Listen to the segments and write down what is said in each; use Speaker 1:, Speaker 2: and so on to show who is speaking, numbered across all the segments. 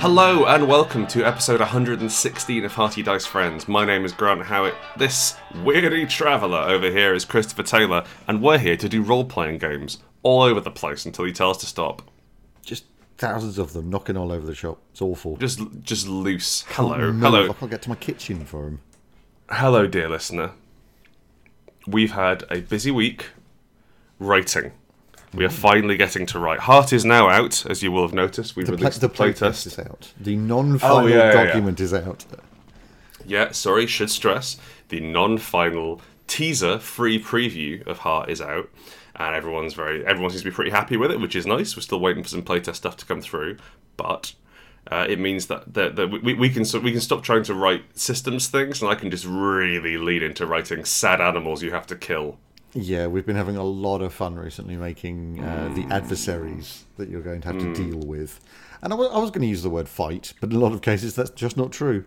Speaker 1: Hello and welcome to episode 116 of Hearty Dice Friends. My name is Grant Howitt. This weary traveller over here is Christopher Taylor, and we're here to do role playing games all over the place until he tells us to stop.
Speaker 2: just thousands of them knocking all over the shop. It's awful.
Speaker 1: Just, just loose. Hello,
Speaker 2: Move.
Speaker 1: hello,
Speaker 2: I can't get to my kitchen for them.
Speaker 1: hello, dear listener. We've had a busy week writing. We
Speaker 2: Mm-hmm.
Speaker 1: are finally getting to write. Heart is now out, as you will have noticed. We've released
Speaker 2: the
Speaker 1: the
Speaker 2: playtest
Speaker 1: playtest.
Speaker 2: is out. The non-final
Speaker 1: Oh, yeah, yeah, yeah.
Speaker 2: document is out.
Speaker 1: Yeah, sorry, should stress the non-final teaser free preview of Heart is out, and everyone's very everyone seems to be pretty happy with it, which is nice. We're still waiting for some playtest stuff to come through, but uh, it means that that, that we, we can so we can stop trying to write systems things, and I can just really lead into writing sad animals you have to kill.
Speaker 2: Yeah, we've been having a lot of fun recently making uh, the adversaries that you're going to have
Speaker 1: Mm.
Speaker 2: to deal with. And I wa- I was going to use the word fight, but in a lot of cases that's just not true.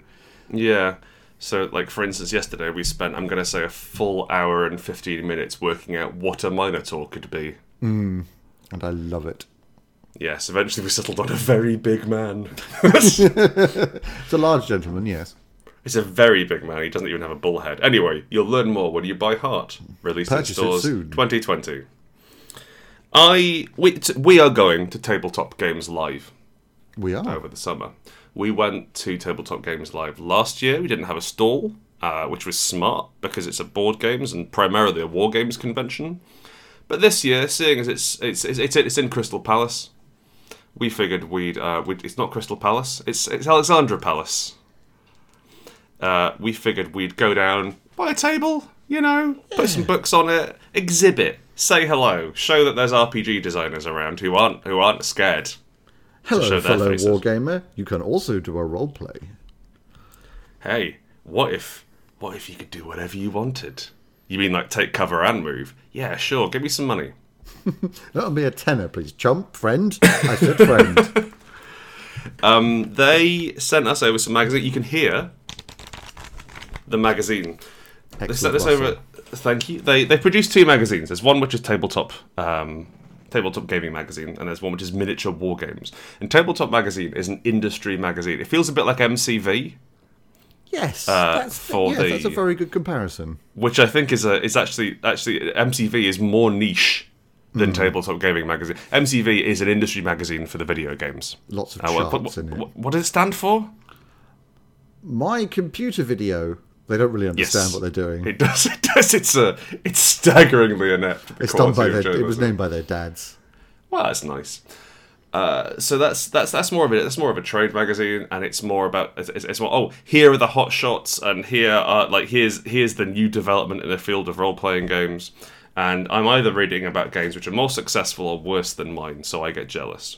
Speaker 1: Yeah. So, like for instance, yesterday we spent I'm going to say a full hour and fifteen minutes working out what a minotaur could be.
Speaker 2: And I love it.
Speaker 1: Yes, eventually we settled on a very big man.
Speaker 2: It's a large gentleman, yes.
Speaker 1: It's a very big man. He doesn't even have a bull head. Anyway, you'll learn more when you buy Heart. Released
Speaker 2: Purchase it
Speaker 1: in stores
Speaker 2: soon.
Speaker 1: 2020. I we, t- we are going to Tabletop Games Live
Speaker 2: We are.
Speaker 1: over the summer. We went to Tabletop Games Live last year. We didn't have a stall, uh, which was smart because it's a board games and primarily a war games convention. But this year, seeing as it's it's it's, it's, it's in Crystal Palace, we figured we'd, uh, we'd it's not Crystal Palace, it's it's Alexandra Palace. Uh, we figured we'd go down, buy a table, you know, put some books on it, exhibit, say hello, show that there's RPG designers around who aren't who aren't scared. show
Speaker 2: Hello,
Speaker 1: their
Speaker 2: fellow
Speaker 1: faces.
Speaker 2: wargamer. You can also do a role play.
Speaker 1: hey, what if what if you could do whatever you wanted? You mean like take cover and move? Yeah, sure, give me some money.
Speaker 2: That'll be a tenor, please. Chump, friend. I said friend.
Speaker 1: Um, they sent us over some magazine. You can hear the magazine. They sent
Speaker 2: Excellent.
Speaker 1: us
Speaker 2: Russell.
Speaker 1: over. Thank you. They they produced two magazines. There's one which is tabletop um, tabletop gaming magazine, and there's one which is miniature war games. And tabletop magazine is an industry magazine. It feels a bit like MCV,
Speaker 2: Yes, that's,
Speaker 1: Uh, for
Speaker 2: yes, that's a
Speaker 1: the-
Speaker 2: very good comparison.
Speaker 1: which I think is a is actually actually MCV is more niche than
Speaker 2: Hmm.
Speaker 1: tabletop gaming magazine. MCV is an industry magazine for the video games.
Speaker 2: Lots of
Speaker 1: Uh,
Speaker 2: charts
Speaker 1: what, what,
Speaker 2: in it.
Speaker 1: what- what does it stand for?
Speaker 2: My computer video. They don't really understand
Speaker 1: Yes.
Speaker 2: what they're doing.
Speaker 1: It does. It does. It's a. It's staggeringly inept. the
Speaker 2: it's done
Speaker 1: quality
Speaker 2: by
Speaker 1: of
Speaker 2: their. It was
Speaker 1: journalism.
Speaker 2: named by their dads.
Speaker 1: Well, that's nice. Uh, so that's that's that's more of it. That's more of a trade magazine, and it's more about it's, it's- it's more. Oh, here are the hot shots, and here are like here's here's the new development in the field of role playing games. And I'm either reading about games which are more successful or worse than mine, so I get jealous.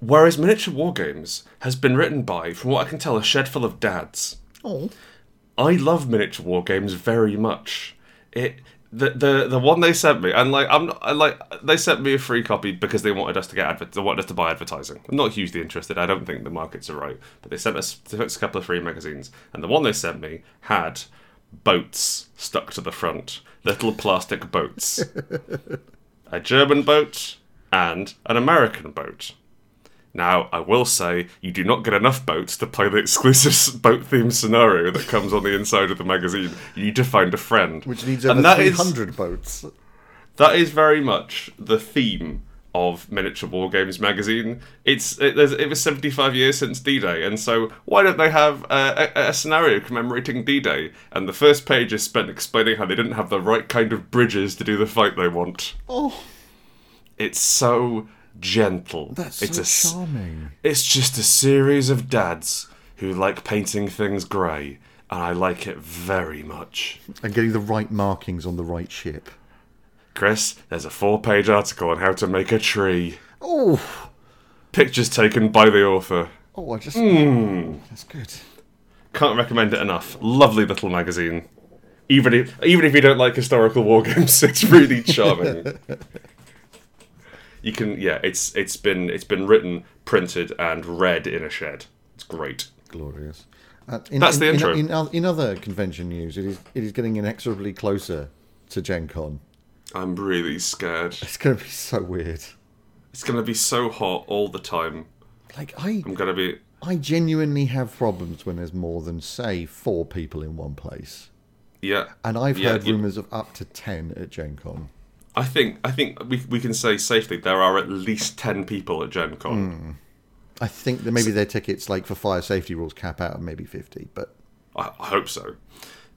Speaker 1: Whereas miniature war games has been written by, from what I can tell, a shed full of dads.
Speaker 2: Oh,
Speaker 1: I love miniature war games very much. It the the the one they sent me, and like I'm not, I like they sent me a free copy because they wanted us to get adver- they wanted us to buy advertising. I'm not hugely interested. I don't think the markets are right, but they sent us, they sent us a couple of free magazines, and the one they sent me had boats stuck to the front, little plastic boats, a German boat and an American boat. Now, I will say, you do not get enough boats to play the exclusive s- boat themed scenario that comes on the inside of the magazine. You need to find a friend.
Speaker 2: which needs over
Speaker 1: that
Speaker 2: three
Speaker 1: is-
Speaker 2: hundred boats.
Speaker 1: that is very much the theme of miniature war games magazine it's it, there's- it was 75 years since d-day and so why don't they have uh, a, a, a scenario commemorating d-day and the first page is spent explaining how they didn't have the right kind of bridges to do the fight they want
Speaker 2: Oh,
Speaker 1: it's so gentle
Speaker 2: that's
Speaker 1: it's
Speaker 2: so
Speaker 1: a s-
Speaker 2: charming.
Speaker 1: it's just a series of dads who like painting things grey and i like it very much
Speaker 2: And getting the right markings on the right ship.
Speaker 1: chris there's a four page article on how to make a tree
Speaker 2: Oh,
Speaker 1: Pictures taken by the author. Hmm.
Speaker 2: oh, I just. That's good.
Speaker 1: Can't recommend it enough. Lovely little magazine. Even if even if you don't like historical war games, it's really charming. you can yeah, it's it's been it's been written, printed, and read in a shed. It's great.
Speaker 2: Glorious. Uh, in,
Speaker 1: That's
Speaker 2: in-
Speaker 1: the
Speaker 2: in-
Speaker 1: intro.
Speaker 2: In, oth- in other convention news, it is it is getting inexorably closer to Gen Con.
Speaker 1: I'm really scared.
Speaker 2: It's going to be so weird.
Speaker 1: It's gonna be so hot all the time.
Speaker 2: Like I,
Speaker 1: I'm gonna be
Speaker 2: I genuinely have problems when there's more than say four people in one place,
Speaker 1: yeah.
Speaker 2: and I've
Speaker 1: Yeah,
Speaker 2: heard
Speaker 1: you-
Speaker 2: rumours of up to ten at Gen Con.
Speaker 1: I think I think we we can say safely there are at least ten people at Gen Con.
Speaker 2: Hmm. I think that maybe their tickets, like for fire safety rules, cap out at maybe fifty. But
Speaker 1: I, I hope so.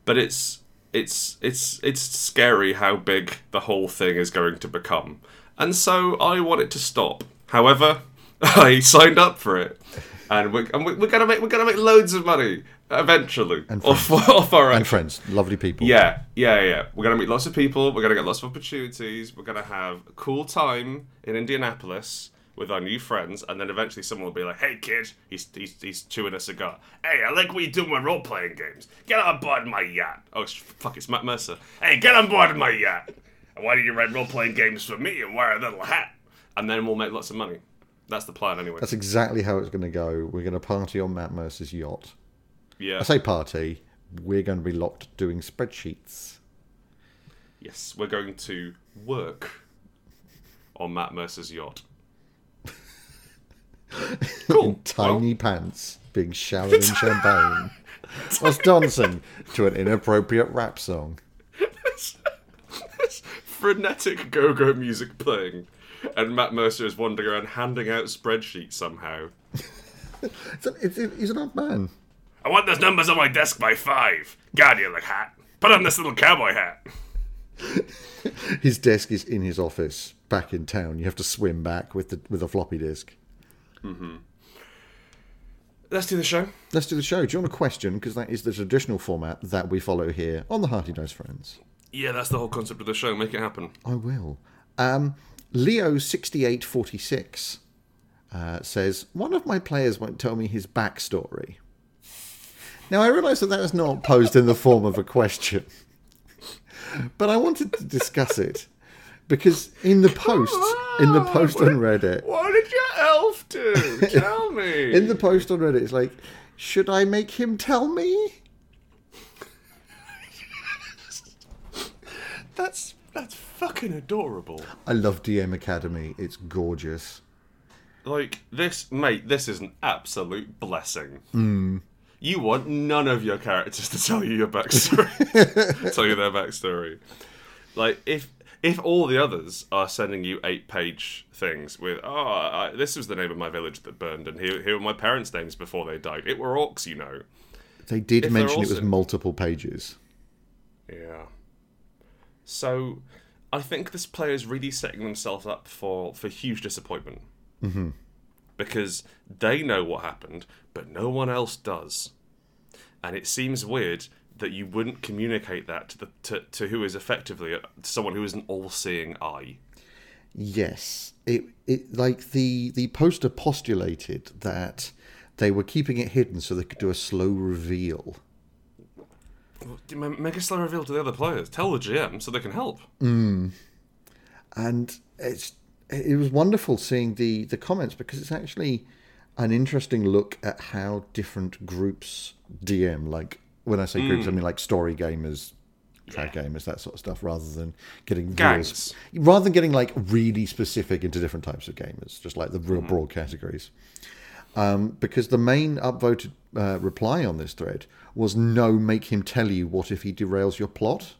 Speaker 1: But it's it's it's it's scary how big the whole thing is going to become. And so I want it to stop. However, I signed up for it, and we're and we're, we're gonna make we're gonna make loads of money eventually off, off our
Speaker 2: and friends, lovely people.
Speaker 1: yeah, yeah, yeah. We're gonna meet lots of people. We're gonna get lots of opportunities. We're gonna have a cool time in Indianapolis with our new friends, and then eventually someone will be like, "Hey, kid, he's he's, he's chewing a cigar. Hey, I like what you do when role playing games. Get on board my yacht. Oh, sh- fuck, it's Matt Mercer. Hey, get on board my yacht. And why do you write role playing games for me and wear a little hat? And then we'll make lots of money. That's the plan, anyway.
Speaker 2: that's exactly how it's going to go. We're going to party on Matt Mercer's yacht.
Speaker 1: yeah.
Speaker 2: I say party. We're going to be locked doing spreadsheets.
Speaker 1: Yes, we're going to work on Matt Mercer's yacht. Cool.
Speaker 2: in tiny pants being showered in champagne. Was dancing to an inappropriate rap song.
Speaker 1: There's frenetic go-go music playing, and Matt Mercer is wandering around handing out spreadsheets somehow.
Speaker 2: It's an, it's, it's an odd man.
Speaker 1: I want those numbers on my desk by five. God, you look hot. Put on this little cowboy hat.
Speaker 2: His desk is in his office back in town. You have to swim back with the with a floppy disk.
Speaker 1: Let's do the show.
Speaker 2: Let's do the show. Do you want a question? Because that is the traditional format that we follow here on the Hearty Dice Friends.
Speaker 1: Yeah, that's the whole concept of the show. Make it happen.
Speaker 2: I will. Um, Leo sixty eight forty six uh, says one of my players won't tell me his backstory. Now I realise that that is not posed in the form of a question, but I wanted to discuss it because in the post, in the post on Reddit,
Speaker 1: What did your elf do? Tell me.
Speaker 2: in the post on Reddit, it's like, should I make him tell me?
Speaker 1: that's that's fucking adorable.
Speaker 2: I love DM Academy. It's gorgeous.
Speaker 1: Like this, mate. This is an absolute blessing. You want none of your characters to tell you your backstory, tell you their backstory. Like if if all the others are sending you eight page things with, oh, I, this was the name of my village that burned, and here, here were my parents' names before they died. It were orcs, you know.
Speaker 2: They did
Speaker 1: If they're
Speaker 2: mention it was
Speaker 1: awesome.
Speaker 2: multiple pages.
Speaker 1: Yeah. So, I think this player is really setting themselves up for for huge disappointment. Mm-hmm. Because they know what happened, but no one else does, and it seems weird that you wouldn't communicate that to the to, to who is effectively uh, someone who is an all-seeing eye.
Speaker 2: Yes, it it like the the poster postulated that they were keeping it hidden so they could do a slow reveal.
Speaker 1: Make a slow reveal to the other players. Tell the GM so they can help.
Speaker 2: and it's it was wonderful seeing the the comments because it's actually an interesting look at how different groups DM like when I say groups I mean like story gamers, trad gamers that sort of stuff rather than getting real
Speaker 1: Gangs.
Speaker 2: rather than getting like really specific into different types of gamers just like the real broad categories. Um, because the main upvoted uh, reply on this thread was no, make him tell you what if he derails your plot.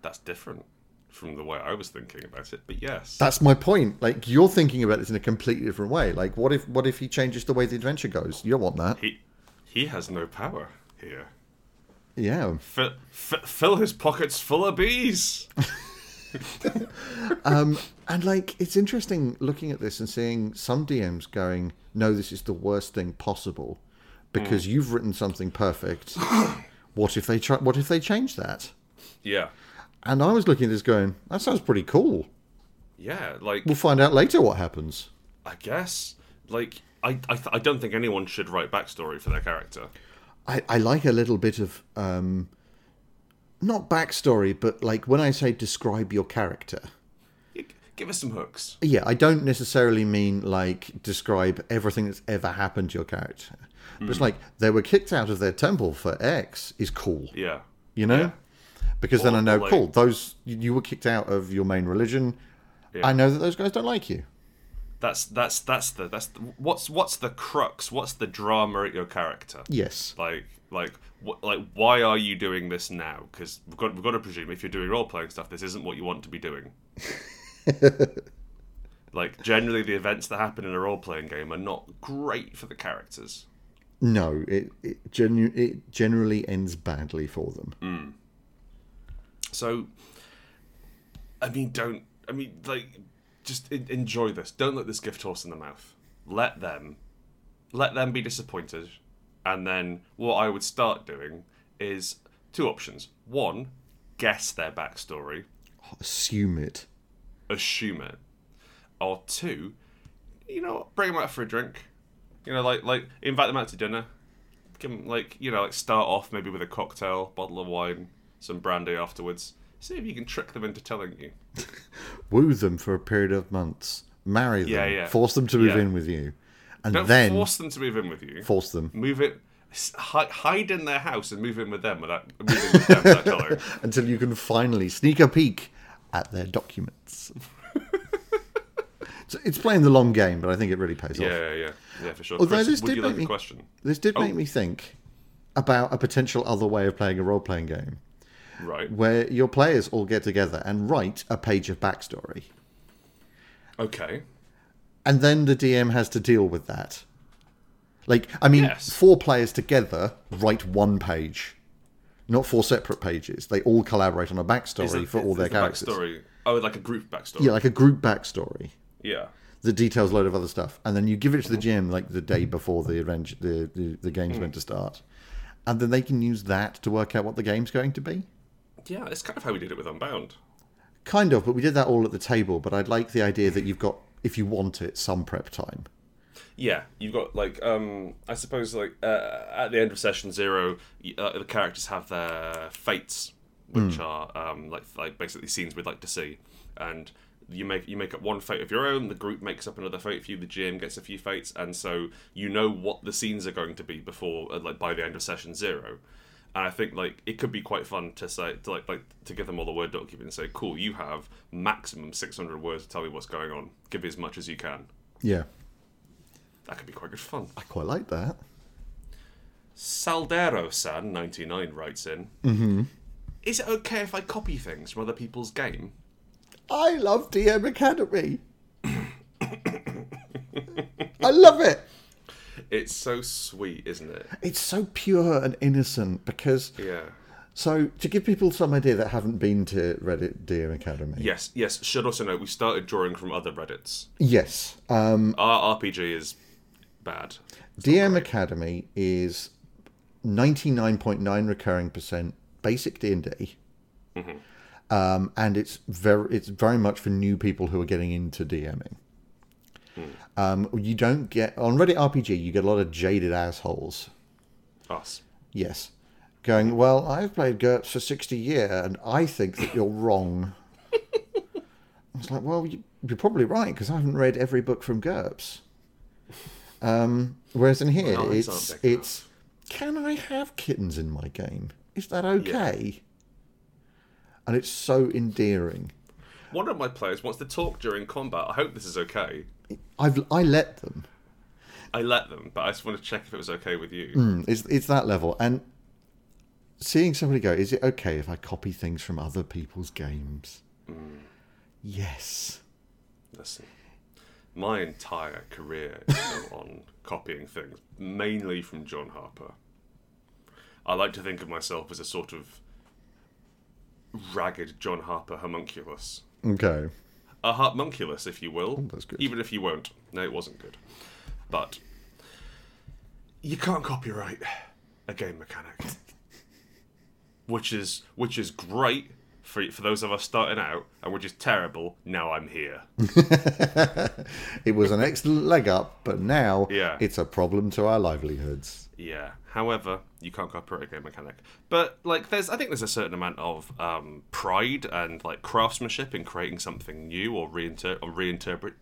Speaker 1: That's different from the way I was thinking about it. But yes,
Speaker 2: That's my point. Like you're thinking about this in a completely different way. Like what if what if he changes the way the adventure goes? You don't want that.
Speaker 1: he he has no power here.
Speaker 2: Yeah.
Speaker 1: F- f- fill his pockets full of bees.
Speaker 2: And like it's interesting looking at this and seeing some DMs going, "No, this is the worst thing possible." Because you've written something perfect. what if they try what if they change that?
Speaker 1: Yeah,
Speaker 2: And I was looking at this going, "That sounds pretty cool.
Speaker 1: yeah. Like
Speaker 2: We'll find out later what happens."
Speaker 1: I guess, like I, I, th- I don't think anyone should write backstory for their character.
Speaker 2: I, I like a little bit of um, not backstory, but like when I say describe your character.
Speaker 1: You- Give us some hooks.
Speaker 2: Yeah, I don't necessarily mean like describe everything that's ever happened to your character. But
Speaker 1: Hmm.
Speaker 2: it's like they were kicked out of their temple for X is cool,
Speaker 1: Yeah.
Speaker 2: you know? Because then
Speaker 1: Or,
Speaker 2: I know,
Speaker 1: like-
Speaker 2: cool, those you- you were kicked out of your main religion.
Speaker 1: Yeah.
Speaker 2: I know that those guys don't like you.
Speaker 1: That's that's that's the that's the, what's what's the crux? What's the drama at your character?
Speaker 2: Yes.
Speaker 1: Like like wh- like why are you doing this now? Because we've got we've got to presume if you're doing role playing stuff, this isn't what you want to be doing. like generally, the events that happen in a role playing game are not great for the characters.
Speaker 2: No, it it, genu- it generally ends badly for them.
Speaker 1: Hmm. So, I mean, don't. I mean, like, just en- enjoy this. Don't look this gift horse in the mouth. Let them, let them be disappointed, and then what I would start doing is two options. One, guess their backstory,
Speaker 2: Assume it.
Speaker 1: assume it, or two, you know, what, bring them out for a drink. You know, like like invite them out to dinner. Give 'em, like you know like start off maybe with a cocktail, bottle of wine, some brandy afterwards. See if you can trick them into telling you.
Speaker 2: Woo them for a period of months. Marry them.
Speaker 1: Yeah, yeah.
Speaker 2: Force them to move
Speaker 1: Yeah.
Speaker 2: in with you. And
Speaker 1: Don't
Speaker 2: then
Speaker 1: force them to move in with you.
Speaker 2: force them.
Speaker 1: Move it. s- hi- Hide in their house and move in with them without moving with them without telling.
Speaker 2: until you can finally sneak a peek at their documents. so it's playing the long game, but I think it really pays off.
Speaker 1: Yeah, Oh. yeah, yeah, yeah, for sure.
Speaker 2: Although
Speaker 1: Chris,
Speaker 2: this
Speaker 1: would
Speaker 2: did
Speaker 1: you like
Speaker 2: make
Speaker 1: the
Speaker 2: me-
Speaker 1: question?
Speaker 2: This did make me think about a potential other way of playing a role playing game
Speaker 1: Right.
Speaker 2: where your players all get together and write a page of backstory.
Speaker 1: Okay.
Speaker 2: And then the DM has to deal with that. Like, I mean,
Speaker 1: Yes.
Speaker 2: four players together write one page, not four separate pages. They all collaborate on a backstory
Speaker 1: Is it-
Speaker 2: for all
Speaker 1: is
Speaker 2: their
Speaker 1: the
Speaker 2: characters.
Speaker 1: Backstory. Oh, like a group backstory.
Speaker 2: Yeah, like a group backstory.
Speaker 1: yeah.
Speaker 2: that details a load of other stuff, and then you give it to the GM like the day before the arrange the, the, the game's meant to start, and then they can use that to work out what the game's going to be.
Speaker 1: Yeah, it's kind of how we did it with Unbound.
Speaker 2: Kind of, but we did that all at the table. But I'd like the idea that you've got, if you want it, some prep time.
Speaker 1: Yeah, you've got like um, I suppose like uh, at the end of session zero, y- uh, the characters have their fates, which are um, like like basically scenes we'd like to see, and you make you make up one fate of your own. The group makes up another fate for you. The GM gets a few fates, and so you know what the scenes are going to be before uh, like by the end of session zero. And I think like it could be quite fun to say to like like to give them all the word document and say, "Cool, you have maximum six hundred words to tell me what's going on. Give me as much as you can."
Speaker 2: Yeah,
Speaker 1: That could be quite good fun.
Speaker 2: I quite like that.
Speaker 1: Saldero San 99 writes in Is it okay if I copy things from other people's game?
Speaker 2: I love DM Academy. I love it.
Speaker 1: It's so sweet, isn't it?
Speaker 2: It's so pure and innocent because.
Speaker 1: Yeah.
Speaker 2: So, to give people some idea that haven't been to Reddit DM Academy,
Speaker 1: Yes, yes. Should also note we started drawing from other Reddits.
Speaker 2: yes, um,
Speaker 1: Our RPG is bad.
Speaker 2: DM Academy is 99.9 recurring percent basic D&D. Um, and it's very it's very much for new people who are getting into DMing. Um, you don't get on Reddit RPG, you get a lot of jaded assholes.
Speaker 1: Us.
Speaker 2: Yes. Going, well, I've played GURPS for 60 year and I think that you're wrong. it's like, well, you, you're probably right because I haven't read every book from GURPS. Um, whereas in here,
Speaker 1: Well, it's
Speaker 2: it's,
Speaker 1: not big
Speaker 2: it's can I have kittens in my game? Is that okay? And it's so endearing.
Speaker 1: One of my players wants to talk during combat. I hope this is okay.
Speaker 2: I've, I let them.
Speaker 1: I let them, but I just want to check if it was okay with you.
Speaker 2: Mm, It's, it's that level. And seeing somebody go, is it okay if I copy things from other people's games?
Speaker 1: Hmm.
Speaker 2: Yes.
Speaker 1: Listen, my entire career is built on copying things, mainly from John Harper. I like to think of myself as a sort of ragged John Harper homunculus.
Speaker 2: Okay.
Speaker 1: A homunculus, if you will.
Speaker 2: Oh, that's good.
Speaker 1: Even if you won't. No, it wasn't good. But you can't copyright a game mechanic. Which is which is great for for those of us starting out and we're just terrible. Now I'm here.
Speaker 2: it was an excellent leg up, but now
Speaker 1: Yeah.
Speaker 2: it's a problem to our livelihoods.
Speaker 1: Yeah. However, you can't copyright a game mechanic. But like, there's I think there's a certain amount of um, pride and like craftsmanship in creating something new or reinter or reinterpret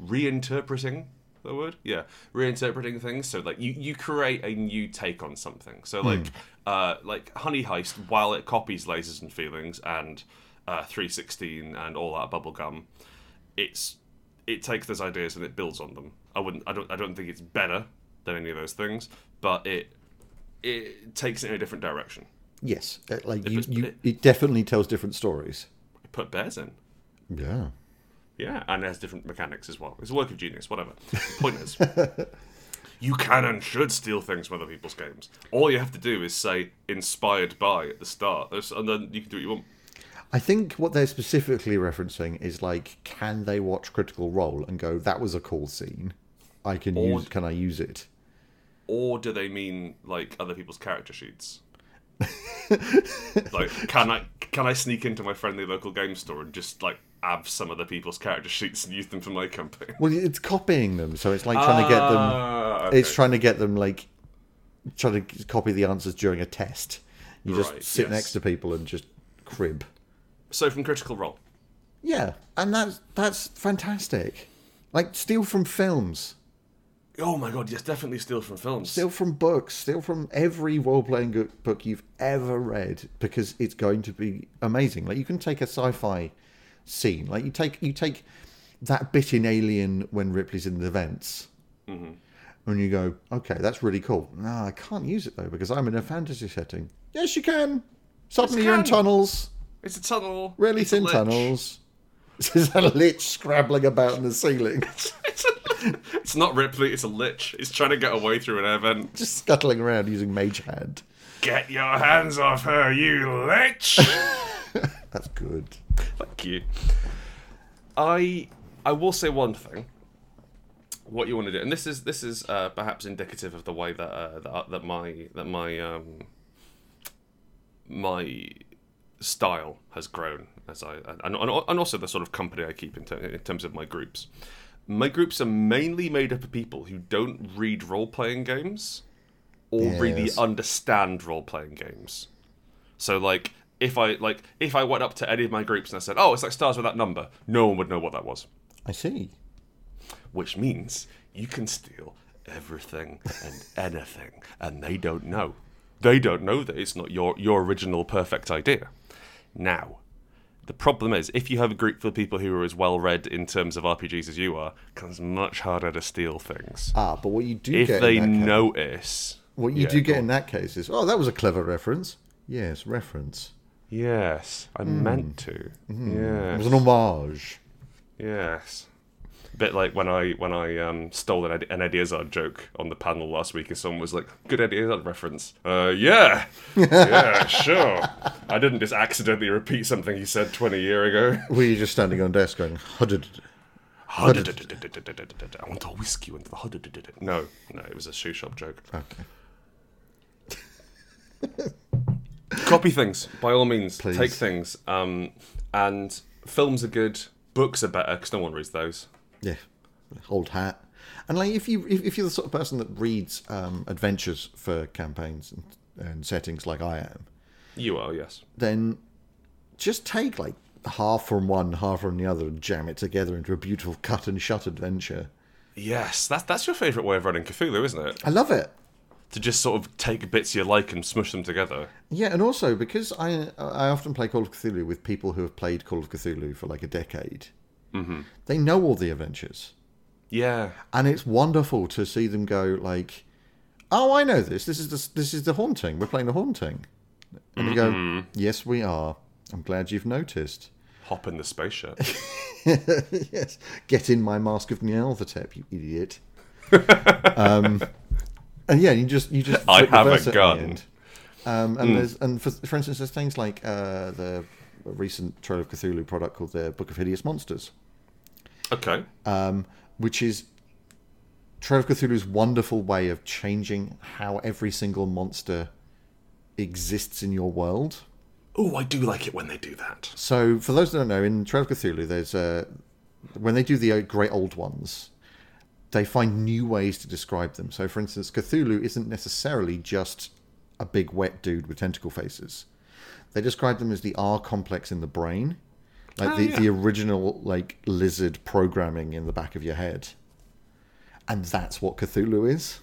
Speaker 1: reinterpreting the word. Yeah, reinterpreting things. So like, you you create a new take on something. So like, uh, like Honey Heist, while it copies Lasers and Feelings and uh, 316 and all that bubblegum, it's it takes those ideas and it builds on them. I wouldn't. I don't. I don't think it's better than any of those things, but it it takes it in a different direction.
Speaker 2: Yes, uh, like you,
Speaker 1: it's-
Speaker 2: you, it definitely tells different stories.
Speaker 1: It put bears in,
Speaker 2: Yeah.
Speaker 1: yeah, and it has different mechanics as well. It's a work of genius. Whatever. The point is, you can and should steal things from other people's games. All you have to do is say "inspired by" at the start, There's- and then you can do what you want.
Speaker 2: I think what they're specifically referencing is like, can they watch Critical Role and go, that was a cool scene? I can use. Can I use it?
Speaker 1: Or do they mean like other people's character sheets? like, can I can I sneak into my friendly local game store and just like have some other people's character sheets and use them for my campaign?
Speaker 2: Well, it's copying them, so it's like trying to get them.
Speaker 1: Ah,
Speaker 2: It's trying to get them like, trying to copy the answers during a test. You just
Speaker 1: Right,
Speaker 2: sit
Speaker 1: yes.
Speaker 2: next to people and just crib.
Speaker 1: so from Critical Role.
Speaker 2: Yeah, and that's that's fantastic. Like steal from films,
Speaker 1: Oh my god, yes, definitely steal from films.
Speaker 2: steal from books, steal from every role-playing go- book you've ever read because it's going to be amazing. Like you can take a sci-fi scene, like you take you take that bit in Alien when Ripley's in the vents,
Speaker 1: Mm-hmm.
Speaker 2: and you go, okay, that's really cool. No, I can't use it though because I'm in a fantasy setting. Yes, you can. Suddenly you're in
Speaker 1: can.
Speaker 2: tunnels,
Speaker 1: It's a tunnel.
Speaker 2: really
Speaker 1: it's a
Speaker 2: thin
Speaker 1: lich.
Speaker 2: tunnels. There's a lich scrabbling about in the ceiling.
Speaker 1: It's, a, it's not Ripley. It's a lich. It's trying to get away through an air vent.
Speaker 2: just scuttling around using mage hand.
Speaker 1: Get your hands off her, you lich!
Speaker 2: That's good.
Speaker 1: Thank you. I I will say one thing. What you want to do, and this is this is uh, perhaps indicative of the way that uh, that, that my that my um, my style has grown as I and, and and also the sort of company I keep in, ter- in terms of my groups. My groups are mainly made up of people who don't read role playing games or really
Speaker 2: Yes.
Speaker 1: understand role playing games. So like if I like if I went up to any of my groups and I said, "Oh, it's like stars with that number," no one would know what that was,
Speaker 2: I see.
Speaker 1: which means you can steal everything and anything, and they don't know. They don't know that it's not your your original perfect idea. Now, the problem is if you have a group full of people who are as well read in terms of RPGs as you are, it becomes much harder to steal things.
Speaker 2: Ah, but what you do
Speaker 1: If
Speaker 2: get
Speaker 1: they
Speaker 2: in that ca-
Speaker 1: notice,
Speaker 2: what you
Speaker 1: Yeah,
Speaker 2: do
Speaker 1: go
Speaker 2: get in that case is oh that was a clever reference. Yes, reference.
Speaker 1: yes, I meant to. Yes.
Speaker 2: Mm. It was an homage.
Speaker 1: Yes. A bit like when I when I um, stole an, Ed- an Eddie Izzard joke on the panel last week, and someone was like, "Good Eddie Izzard reference." Uh, yeah, yeah, sure. I didn't just accidentally repeat something he said twenty year ago.
Speaker 2: Were you just standing on desk going hudded?
Speaker 1: I want to whisk you into the hud. No, no, it was a shoe shop joke.
Speaker 2: Okay.
Speaker 1: Copy things by all means.
Speaker 2: Please.
Speaker 1: Take things. Um, and films are good. Books are better because no one reads those.
Speaker 2: Yeah, old hat. And like, if you if, if you're the sort of person that reads um, adventures for campaigns and, and settings like I am,
Speaker 1: You are yes.
Speaker 2: then just take like half from one, half from the other, and jam it together into a beautiful cut and shut adventure.
Speaker 1: Yes, that's that's your favourite way of running Cthulhu, isn't it?
Speaker 2: I love it.
Speaker 1: to just sort of take bits you like and smush them together.
Speaker 2: Yeah, and also because I I often play Call of Cthulhu with people who have played Call of Cthulhu for like a decade, mm-hmm. they know all the adventures,
Speaker 1: Yeah.
Speaker 2: and it's wonderful to see them go like, "Oh, I know this. This is the, this is the haunting. We're playing the haunting," and they go, "Yes, we are. I'm glad you've noticed."
Speaker 1: Hop in the spaceship.
Speaker 2: yes, get in my mask of Nealvatep, you idiot. um, and yeah, you just you just
Speaker 1: I
Speaker 2: flip the
Speaker 1: have a
Speaker 2: verse at the
Speaker 1: gun. Hmm.
Speaker 2: end. Um, and there's and for, for instance, there's things like uh, the recent Trail of Cthulhu product called the Book of Hideous Monsters,
Speaker 1: okay.
Speaker 2: um, which is Trail of Cthulhu's wonderful way of changing how every single monster exists in your world.
Speaker 1: oh, I do like it when they do that.
Speaker 2: So, for those that don't know, in Trail of Cthulhu, there's uh, when they do the uh, great old ones, they find new ways to describe them. So, for instance, Cthulhu isn't necessarily just a big wet dude with tentacle faces. They describe them as the R complex in the brain, like
Speaker 1: Oh,
Speaker 2: the,
Speaker 1: yeah.
Speaker 2: the original like lizard programming in the back of your head, and that's what Cthulhu is.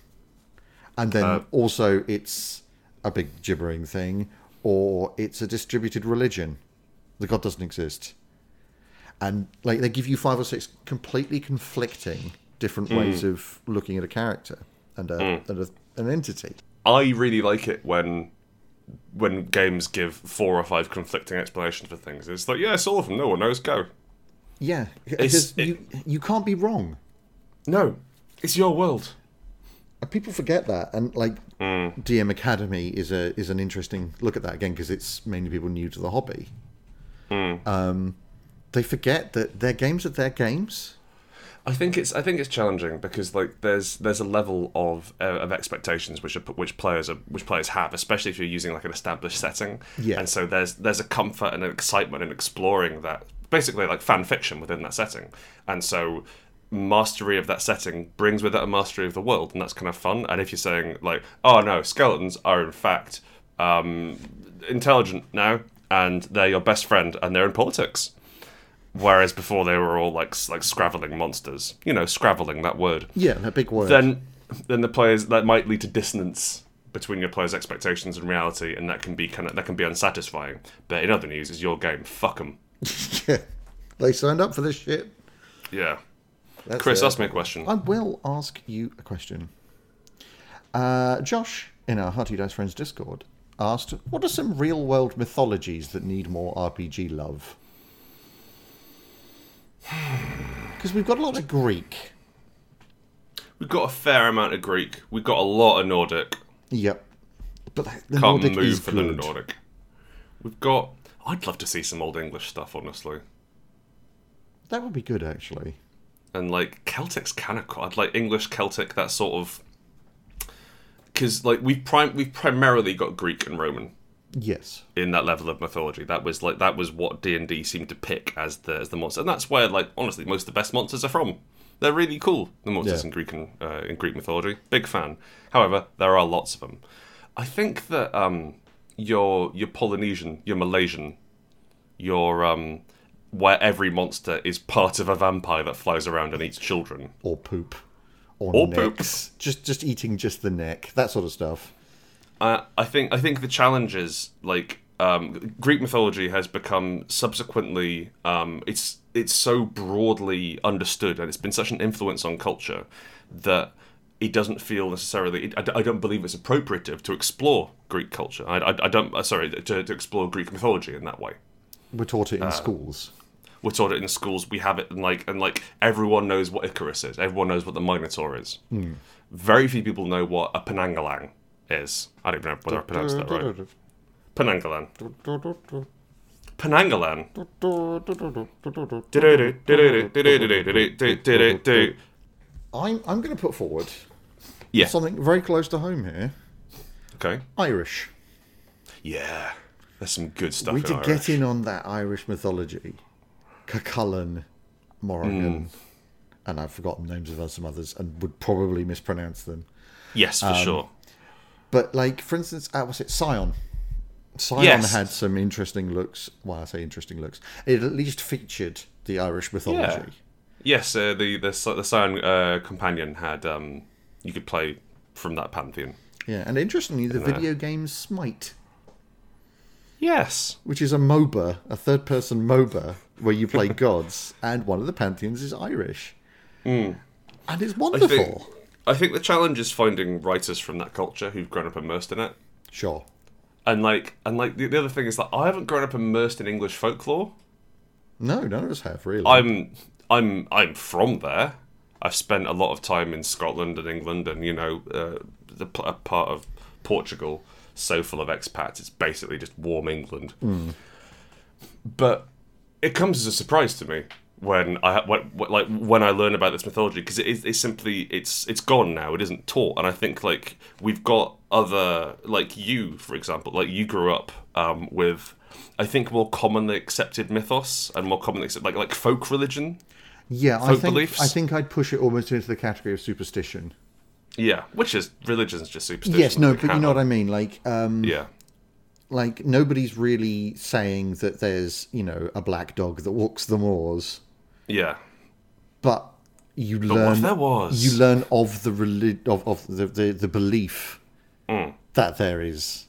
Speaker 2: And then also, it's a big gibbering thing, or it's a distributed religion. The god doesn't exist and like they give you five or six completely conflicting different ways of looking at a character and a, and a, an entity.
Speaker 1: I really like it when when games give four or five conflicting explanations for things. It's like, yeah, it's all of them. No one knows. Go.
Speaker 2: Yeah, because
Speaker 1: it-
Speaker 2: you you can't be wrong.
Speaker 1: No, it's your world.
Speaker 2: And People forget that, and like DM Academy is a is an interesting look at that again because it's mainly people new to the hobby. Um, they forget that their games are their games.
Speaker 1: I think it's I think it's challenging because like there's there's a level of uh, of expectations which are, which players are, which players have, especially if you're using like an established setting.
Speaker 2: Yeah.
Speaker 1: And so there's there's a comfort and an excitement in exploring that basically like fan fiction within that setting. And so mastery of that setting brings with it a mastery of the world, and that's kind of fun. And if you're saying like, oh no, skeletons are in fact um, intelligent now, and they're your best friend, and they're in politics. Whereas before they were all like s- like scraveling monsters, you know, scraveling that word.
Speaker 2: Yeah, and a big word.
Speaker 1: Then then the players that might lead to dissonance between your players' expectations and reality, and that can be kind of that can be unsatisfying. But in other news, it's your game. Fuck 'em.
Speaker 2: yeah, they signed up for this shit.
Speaker 1: Yeah.
Speaker 2: That's
Speaker 1: Chris,
Speaker 2: it.
Speaker 1: ask me a question.
Speaker 2: I will ask you a question. Uh, Josh, in our Hearty Dice Friends Discord, asked, What are some real world mythologies that need more RPG love? Because we've got a lot of Greek.
Speaker 1: We've got a fair amount of Greek. We've got a lot of Nordic.
Speaker 2: Yep. But the- the
Speaker 1: Can't
Speaker 2: Nordic is
Speaker 1: move for the
Speaker 2: good.
Speaker 1: Nordic. We've got. I'd love to see some old English stuff, honestly.
Speaker 2: That would be good, actually.
Speaker 1: and like Celtic's kind of cool. I'd like English Celtic, that sort of. Because like we've prim- we've primarily got Greek and Roman
Speaker 2: Yes.
Speaker 1: in that level of mythology. That was like that was what D and D seemed to pick as the as the monster, and that's where like honestly most of the best monsters are from. They're really cool. The monsters
Speaker 2: Yeah.
Speaker 1: in Greek and uh, in Greek mythology, big fan. However, there are lots of them. I think that um, your your Polynesian, your Malaysian, your um, where every monster is part of a vampire that flies around and eats children.
Speaker 2: Or poop. Or,
Speaker 1: Or
Speaker 2: neck.
Speaker 1: poops.
Speaker 2: Just, just eating just the neck. That sort of stuff.
Speaker 1: Uh, I think I think the challenge is like um, Greek mythology has become subsequently um, it's it's so broadly understood and it's been such an influence on culture that it doesn't feel necessarily it, I, d- I don't believe it's appropriative to explore Greek culture I, I, I don't uh, sorry to, to explore Greek mythology in that way
Speaker 2: We're taught
Speaker 1: Ah,
Speaker 2: it in schools.
Speaker 1: we're taught it in schools we have it and like and like everyone knows what Icarus is everyone knows what the Minotaur is very few people know what a Penangalang is I don't even know whether I pronounced that right Penangalan. Penangalan.
Speaker 2: I'm, I'm going to put forward
Speaker 1: Yeah.
Speaker 2: something very close to home here
Speaker 1: Okay.
Speaker 2: Irish.
Speaker 1: Yeah. There's some good stuff
Speaker 2: We
Speaker 1: in
Speaker 2: did
Speaker 1: Irish.
Speaker 2: get in on that Irish mythology. Cuchulainn, Morrigan,
Speaker 1: Hmm.
Speaker 2: and I've forgotten names of some others and would probably mispronounce them.
Speaker 1: Yes,
Speaker 2: Um,
Speaker 1: for sure.
Speaker 2: But, like, for instance, uh, was it Sion? Sion
Speaker 1: Yes.
Speaker 2: had some interesting looks. Well, I say interesting looks. It at least featured the Irish mythology.
Speaker 1: Yes, uh, the the si- the Scion uh, companion had um, you could play from that pantheon.
Speaker 2: Yeah, and interestingly, the video game Smite,
Speaker 1: Yes.
Speaker 2: which is a MOBA, a third person MOBA, where you play gods, and one of the pantheons is Irish. And it's
Speaker 1: Hmm. I
Speaker 2: wonderful.
Speaker 1: think, I think the challenge is finding writers from that culture who've grown up immersed in it.
Speaker 2: Sure.
Speaker 1: And like and like the, the other thing is that I haven't grown up immersed in English folklore.
Speaker 2: No, none of us have, really.
Speaker 1: I'm I'm I'm from there. I've spent a lot of time in Scotland and England, and you know, uh, the p- a part of Portugal so full of expats. It's basically just warm England. But it comes as a surprise to me when I when, when- like when I learn about this mythology because it is it's simply it's it's gone now. It isn't taught, and I think like we've got other like you, for example, like you grew up um, with. I think more commonly accepted mythos and more commonly accepted, like like folk religion.
Speaker 2: Yeah, I
Speaker 1: Folk
Speaker 2: think
Speaker 1: beliefs?
Speaker 2: I think I'd push it almost into the category of superstition.
Speaker 1: Yeah, which is religion's just superstition.
Speaker 2: Yes, no,
Speaker 1: like
Speaker 2: but you know
Speaker 1: hammer.
Speaker 2: what I mean. Like, um,
Speaker 1: Yeah,
Speaker 2: like nobody's really saying that there's you know a black dog that walks the moors,
Speaker 1: yeah.
Speaker 2: but you
Speaker 1: But what
Speaker 2: learn
Speaker 1: if there was?
Speaker 2: Um, you learn of the reli- of, of the, the the belief Mm. that there is,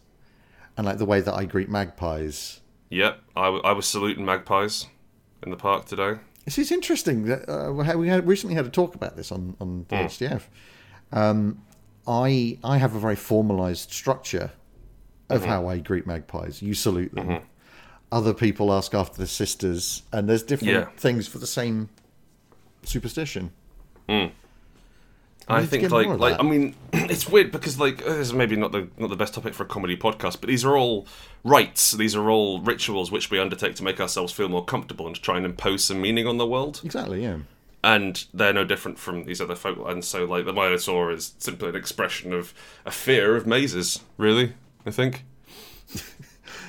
Speaker 2: and like the way that I greet magpies.
Speaker 1: Yep, I, w- I was saluting magpies in the park today.
Speaker 2: This is interesting. That uh, we had- we had recently had a talk about this on on the HDF. Um, I I have a very formalised structure of how I greet magpies. You salute them. Other people ask after the sisters, and there's different
Speaker 1: Yeah.
Speaker 2: things for the same superstition.
Speaker 1: I
Speaker 2: need to
Speaker 1: think
Speaker 2: get
Speaker 1: like
Speaker 2: more of
Speaker 1: like
Speaker 2: that.
Speaker 1: I mean it's weird because like uh, this is maybe not the not the best topic for a comedy podcast, but these are all rites. These are all rituals which we undertake to make ourselves feel more comfortable and to try and impose some meaning on the world.
Speaker 2: Exactly. Yeah.
Speaker 1: And they're no different from these other folk. And so like the Minotaur is simply an expression of a fear of mazes. Really, I think.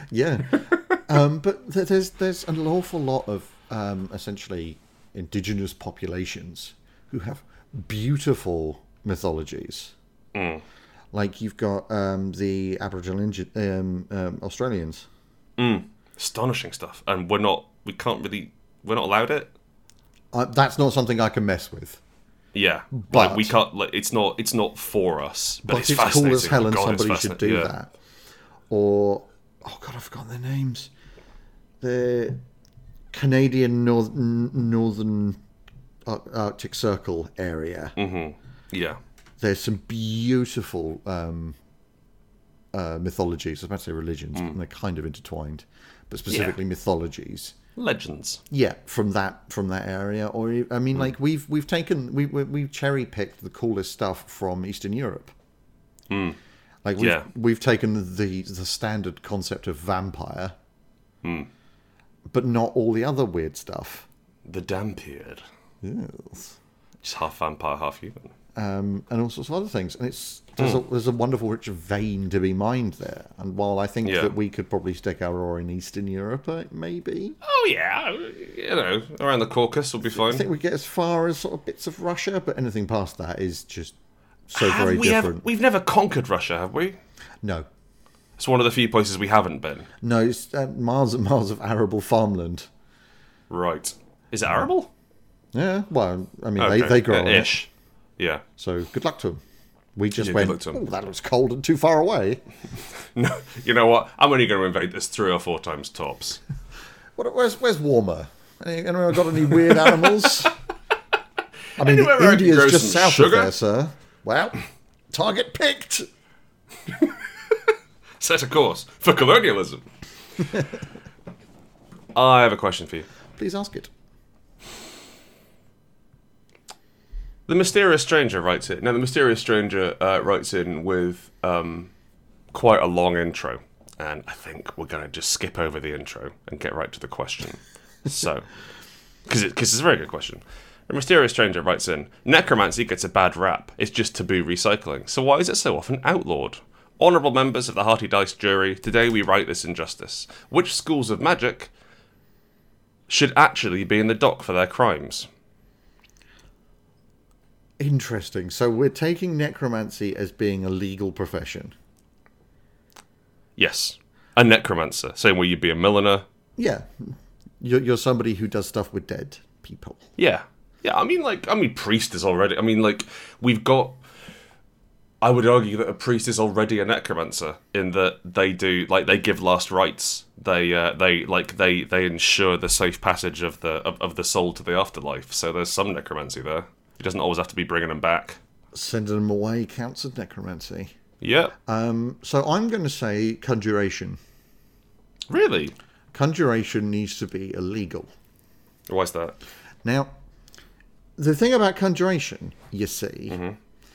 Speaker 2: Yeah. um, but th- there's there's an awful lot of um, essentially indigenous populations who have beautiful mythologies.
Speaker 1: Mm.
Speaker 2: Like you've got um, the Aboriginal Indi- um, um, Australians.
Speaker 1: Astonishing stuff, and we're not. We can't really. We're not allowed it.
Speaker 2: Uh, that's not something I can mess with.
Speaker 1: Yeah,
Speaker 2: But-
Speaker 1: like we can't. Like it's not. It's not for us. But,
Speaker 2: But it's,
Speaker 1: fascinating.
Speaker 2: cool as hell, and
Speaker 1: God, it's
Speaker 2: somebody should do
Speaker 1: fascinating. Yeah.
Speaker 2: that. Or oh god, I've forgotten their names. The Canadian North- n- Northern Ar- Arctic Circle area.
Speaker 1: Yeah,
Speaker 2: there's some beautiful um, uh, mythologies. I was about to say religions, but they're kind of intertwined, but specifically mythologies.
Speaker 1: legends.
Speaker 2: Yeah, from that from that area, or e- I mean, like we've we've taken we we- we've cherry picked the coolest stuff from Eastern Europe. Like we've
Speaker 1: Yeah.
Speaker 2: we've taken the the standard concept of vampire, but not all the other weird stuff.
Speaker 1: The Dampier.
Speaker 2: Yes.
Speaker 1: Just half vampire, half human.
Speaker 2: um, and all sorts of other things. And it's there's,
Speaker 1: Hmm.
Speaker 2: a, there's a wonderful rich vein to be mined there. And while I think
Speaker 1: Yeah.
Speaker 2: that we could probably stick our oar in Eastern Europe, uh, maybe
Speaker 1: Oh yeah, you know, around the Caucasus will be
Speaker 2: I
Speaker 1: fine.
Speaker 2: think we get as far as sort of bits of Russia, but anything past that is just so
Speaker 1: Have
Speaker 2: very
Speaker 1: we
Speaker 2: different.
Speaker 1: ever, we've never conquered Russia, have we?
Speaker 2: No,
Speaker 1: It's one of the few places we haven't been.
Speaker 2: no, it's uh, miles and miles of arable farmland.
Speaker 1: Right. Is it arable?
Speaker 2: Yeah, well, I mean, they,
Speaker 1: Okay,
Speaker 2: they grow
Speaker 1: uh,
Speaker 2: on it,
Speaker 1: ish. Yeah.
Speaker 2: so good luck to them. We just
Speaker 1: Yeah, good luck
Speaker 2: went,
Speaker 1: to 'em.
Speaker 2: oh, that looks cold and too far away.
Speaker 1: No, you know what? I'm only going to invade this three or four times tops.
Speaker 2: What, where's, where's warmer? Any- Anyone got any weird animals? I mean,
Speaker 1: Anywhere where I can grow
Speaker 2: India's just
Speaker 1: some
Speaker 2: south
Speaker 1: sugar?
Speaker 2: of there, sir. Well, target picked.
Speaker 1: Set a course for colonialism. I have a question for you.
Speaker 2: Please ask it.
Speaker 1: The Mysterious Stranger writes it. Now, The Mysterious Stranger uh, writes in with um, quite a long intro. And I think we're going to just skip over the intro and get right to the question. so, because it, 'cause it's a very good question. The Mysterious Stranger writes in Necromancy gets a bad rap. It's just taboo recycling. So, why is it so often outlawed? Honourable members of the Hearty Dice jury, today we write this injustice. Which schools of magic should actually be in the dock for their crimes?
Speaker 2: Interesting. So we're taking necromancy as being a legal profession.
Speaker 1: Yes. A necromancer. Same way you'd be a milliner.
Speaker 2: Yeah, you're, you're somebody who does stuff with dead people.
Speaker 1: Yeah. Yeah, I mean, like, I mean, priest is already. I mean, like, we've got. I would argue that a priest is already a necromancer in that they do, like, they give last rites. They, uh, they, like, they, they ensure the safe passage of the of, of the soul to the afterlife. So there's some necromancy there. It doesn't always have to be bringing them back.
Speaker 2: Sending them away counts as necromancy.
Speaker 1: Yeah.
Speaker 2: Um, so I'm going to say conjuration.
Speaker 1: really?
Speaker 2: Conjuration needs to be illegal.
Speaker 1: Why's that?
Speaker 2: Now, the thing about conjuration, you see,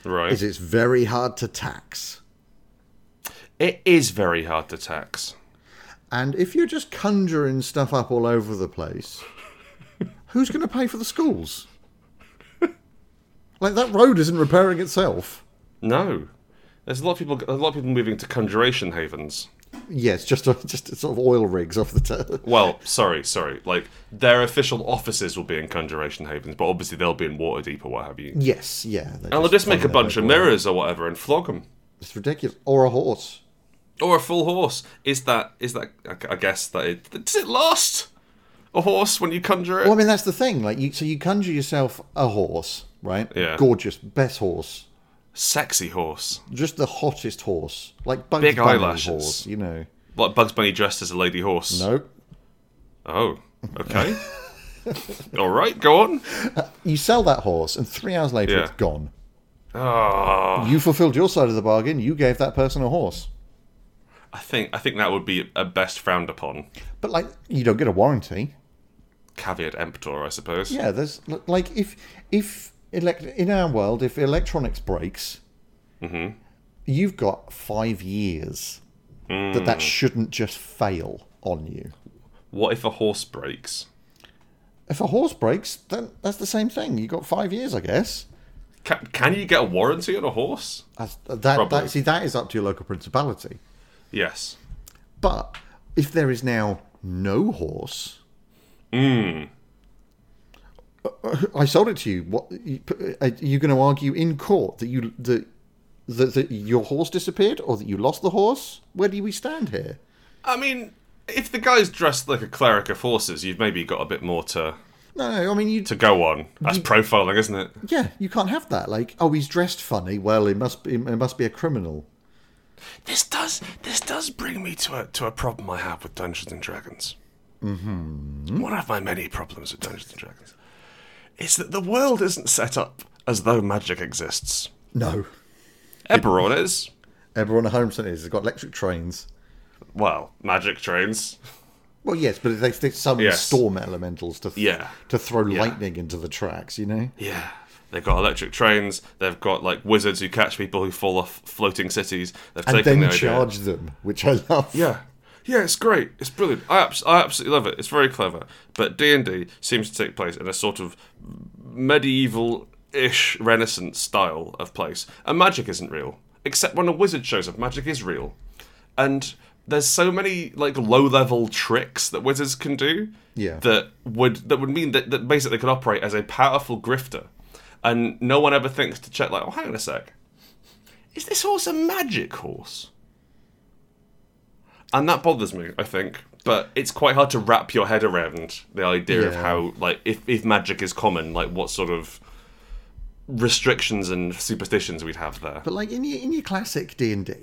Speaker 1: Right.
Speaker 2: is it's very hard to tax.
Speaker 1: it is very hard to tax.
Speaker 2: And if you're just conjuring stuff up all over the place, who's going to pay for the schools? like that road isn't repairing itself.
Speaker 1: No, there's a lot of people. A lot of people moving to conjuration havens.
Speaker 2: Yeah, it's just a, just a sort of oil rigs off the top.
Speaker 1: Well, sorry, sorry. Like their official offices will be in conjuration havens, but obviously they'll be in Waterdeep or what have you.
Speaker 2: Yes, yeah.
Speaker 1: And they'll just make a bunch of mirrors or whatever and flog them.
Speaker 2: It's ridiculous. Or a horse.
Speaker 1: Or a full horse. Is that? Is that? I- I guess that. It, does it last? A horse when you conjure it?
Speaker 2: Well, I mean that's the thing. Like, you, so you conjure yourself a horse, right?
Speaker 1: Yeah.
Speaker 2: Gorgeous, best horse,
Speaker 1: Sexy horse.
Speaker 2: just the hottest horse, like Bugs
Speaker 1: Big
Speaker 2: Bunny
Speaker 1: eyelashes.
Speaker 2: horse, you know.
Speaker 1: Like Bugs Bunny dressed as a lady horse.
Speaker 2: Nope.
Speaker 1: Oh, okay. All right, go on.
Speaker 2: You sell that horse, and three hours later
Speaker 1: Yeah.
Speaker 2: it's gone.
Speaker 1: Ah,
Speaker 2: You fulfilled your side of the bargain. You gave that person a horse,
Speaker 1: I think I think that would be a best frowned upon.
Speaker 2: but like you don't get a warranty.
Speaker 1: Caveat emptor, I suppose.
Speaker 2: Yeah, there's like if if elect in our world, if electronics breaks, you've got five years that that shouldn't just fail on you.
Speaker 1: What if a horse breaks?
Speaker 2: If a horse breaks, then that's the same thing. You got five years, I guess.
Speaker 1: Can, can you get a warranty on a horse?
Speaker 2: That's, that,
Speaker 1: Probably.
Speaker 2: that see, that is up to your local principality.
Speaker 1: Yes.
Speaker 2: But if there is now no horse,
Speaker 1: Hmm.
Speaker 2: I sold it to you. What you, are you going to argue in court that you that, that that your horse disappeared or that you lost the horse? Where do we stand here?
Speaker 1: I mean, if the guy's dressed like a cleric of horses, you've maybe got a bit more to
Speaker 2: No, I mean you.
Speaker 1: to go on. That's profiling, isn't it?
Speaker 2: Yeah, you can't have that. Like, oh, he's dressed funny. Well, it must be it must be a criminal.
Speaker 1: This does this does bring me to a to a problem I have with Dungeons and Dragons. Mm-hmm. One of my many problems with Dungeons and Dragons is that the world isn't set up as though magic exists.
Speaker 2: No,
Speaker 1: Eberron is.
Speaker 2: everyone at home is has got electric trains.
Speaker 1: Well, magic trains.
Speaker 2: Well, yes, but they, they summon
Speaker 1: Yes.
Speaker 2: storm elementals to th-
Speaker 1: Yeah.
Speaker 2: to throw lightning into the tracks. You know.
Speaker 1: Yeah. They've got electric trains. They've got like wizards who catch people who fall off floating cities. They've
Speaker 2: and
Speaker 1: taken the
Speaker 2: then
Speaker 1: idea.
Speaker 2: charge them, which I love.
Speaker 1: Yeah, yeah, it's great. It's brilliant. I, abs- I absolutely love it. It's very clever. But D and D seems to take place in a sort of medieval-ish Renaissance style of place, and magic isn't real, except when a wizard shows up. Magic is real, and there's so many like low-level tricks that wizards can do.
Speaker 2: Yeah.
Speaker 1: that would that would mean that, that basically could operate as a powerful grifter, and no one ever thinks to check like, oh, hang on a sec. Is this horse a magic horse? and that bothers me i think but it's quite hard to wrap your head around the idea of
Speaker 2: Yeah.
Speaker 1: how like if, if magic is common like what sort of restrictions and superstitions we'd have there
Speaker 2: But like in your in your classic D and D,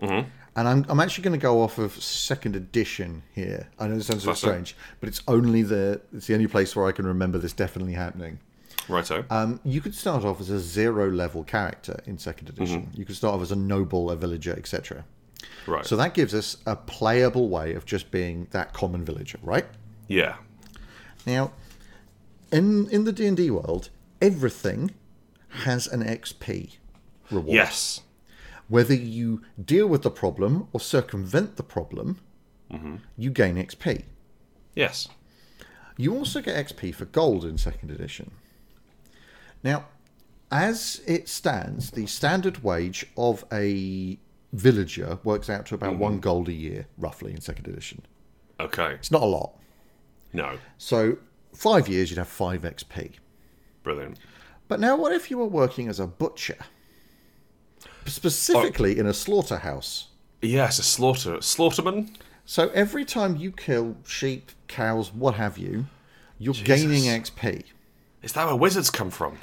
Speaker 1: Mm-hmm.
Speaker 2: and I'm I'm actually going to go off of second edition here. I know this sounds a bit
Speaker 1: That's it.
Speaker 2: strange, but it's only the it's the only place where I can remember this definitely happening.
Speaker 1: righto
Speaker 2: Um, you could start off as a zero level character in second edition.
Speaker 1: Mm-hmm.
Speaker 2: You could start off as a noble, a villager, etc.
Speaker 1: right
Speaker 2: So that gives us a playable way of just being that common villager, right?
Speaker 1: yeah
Speaker 2: Now, in in the D and D world, everything has an XP reward.
Speaker 1: yes
Speaker 2: Whether you deal with the problem or circumvent the problem, you gain XP.
Speaker 1: yes
Speaker 2: You also get XP for gold in second edition. Now, as it stands, the standard wage of a villager works out to about one gold a year, roughly, in second edition.
Speaker 1: okay
Speaker 2: It's not a lot.
Speaker 1: no
Speaker 2: So, five years, you'd have five XP.
Speaker 1: brilliant
Speaker 2: But now, what if you were working as a butcher? Specifically in a slaughterhouse.
Speaker 1: yes a slaughter slaughterman
Speaker 2: So every time you kill sheep, cows, what have you, you're gaining XP.
Speaker 1: is that where wizards come from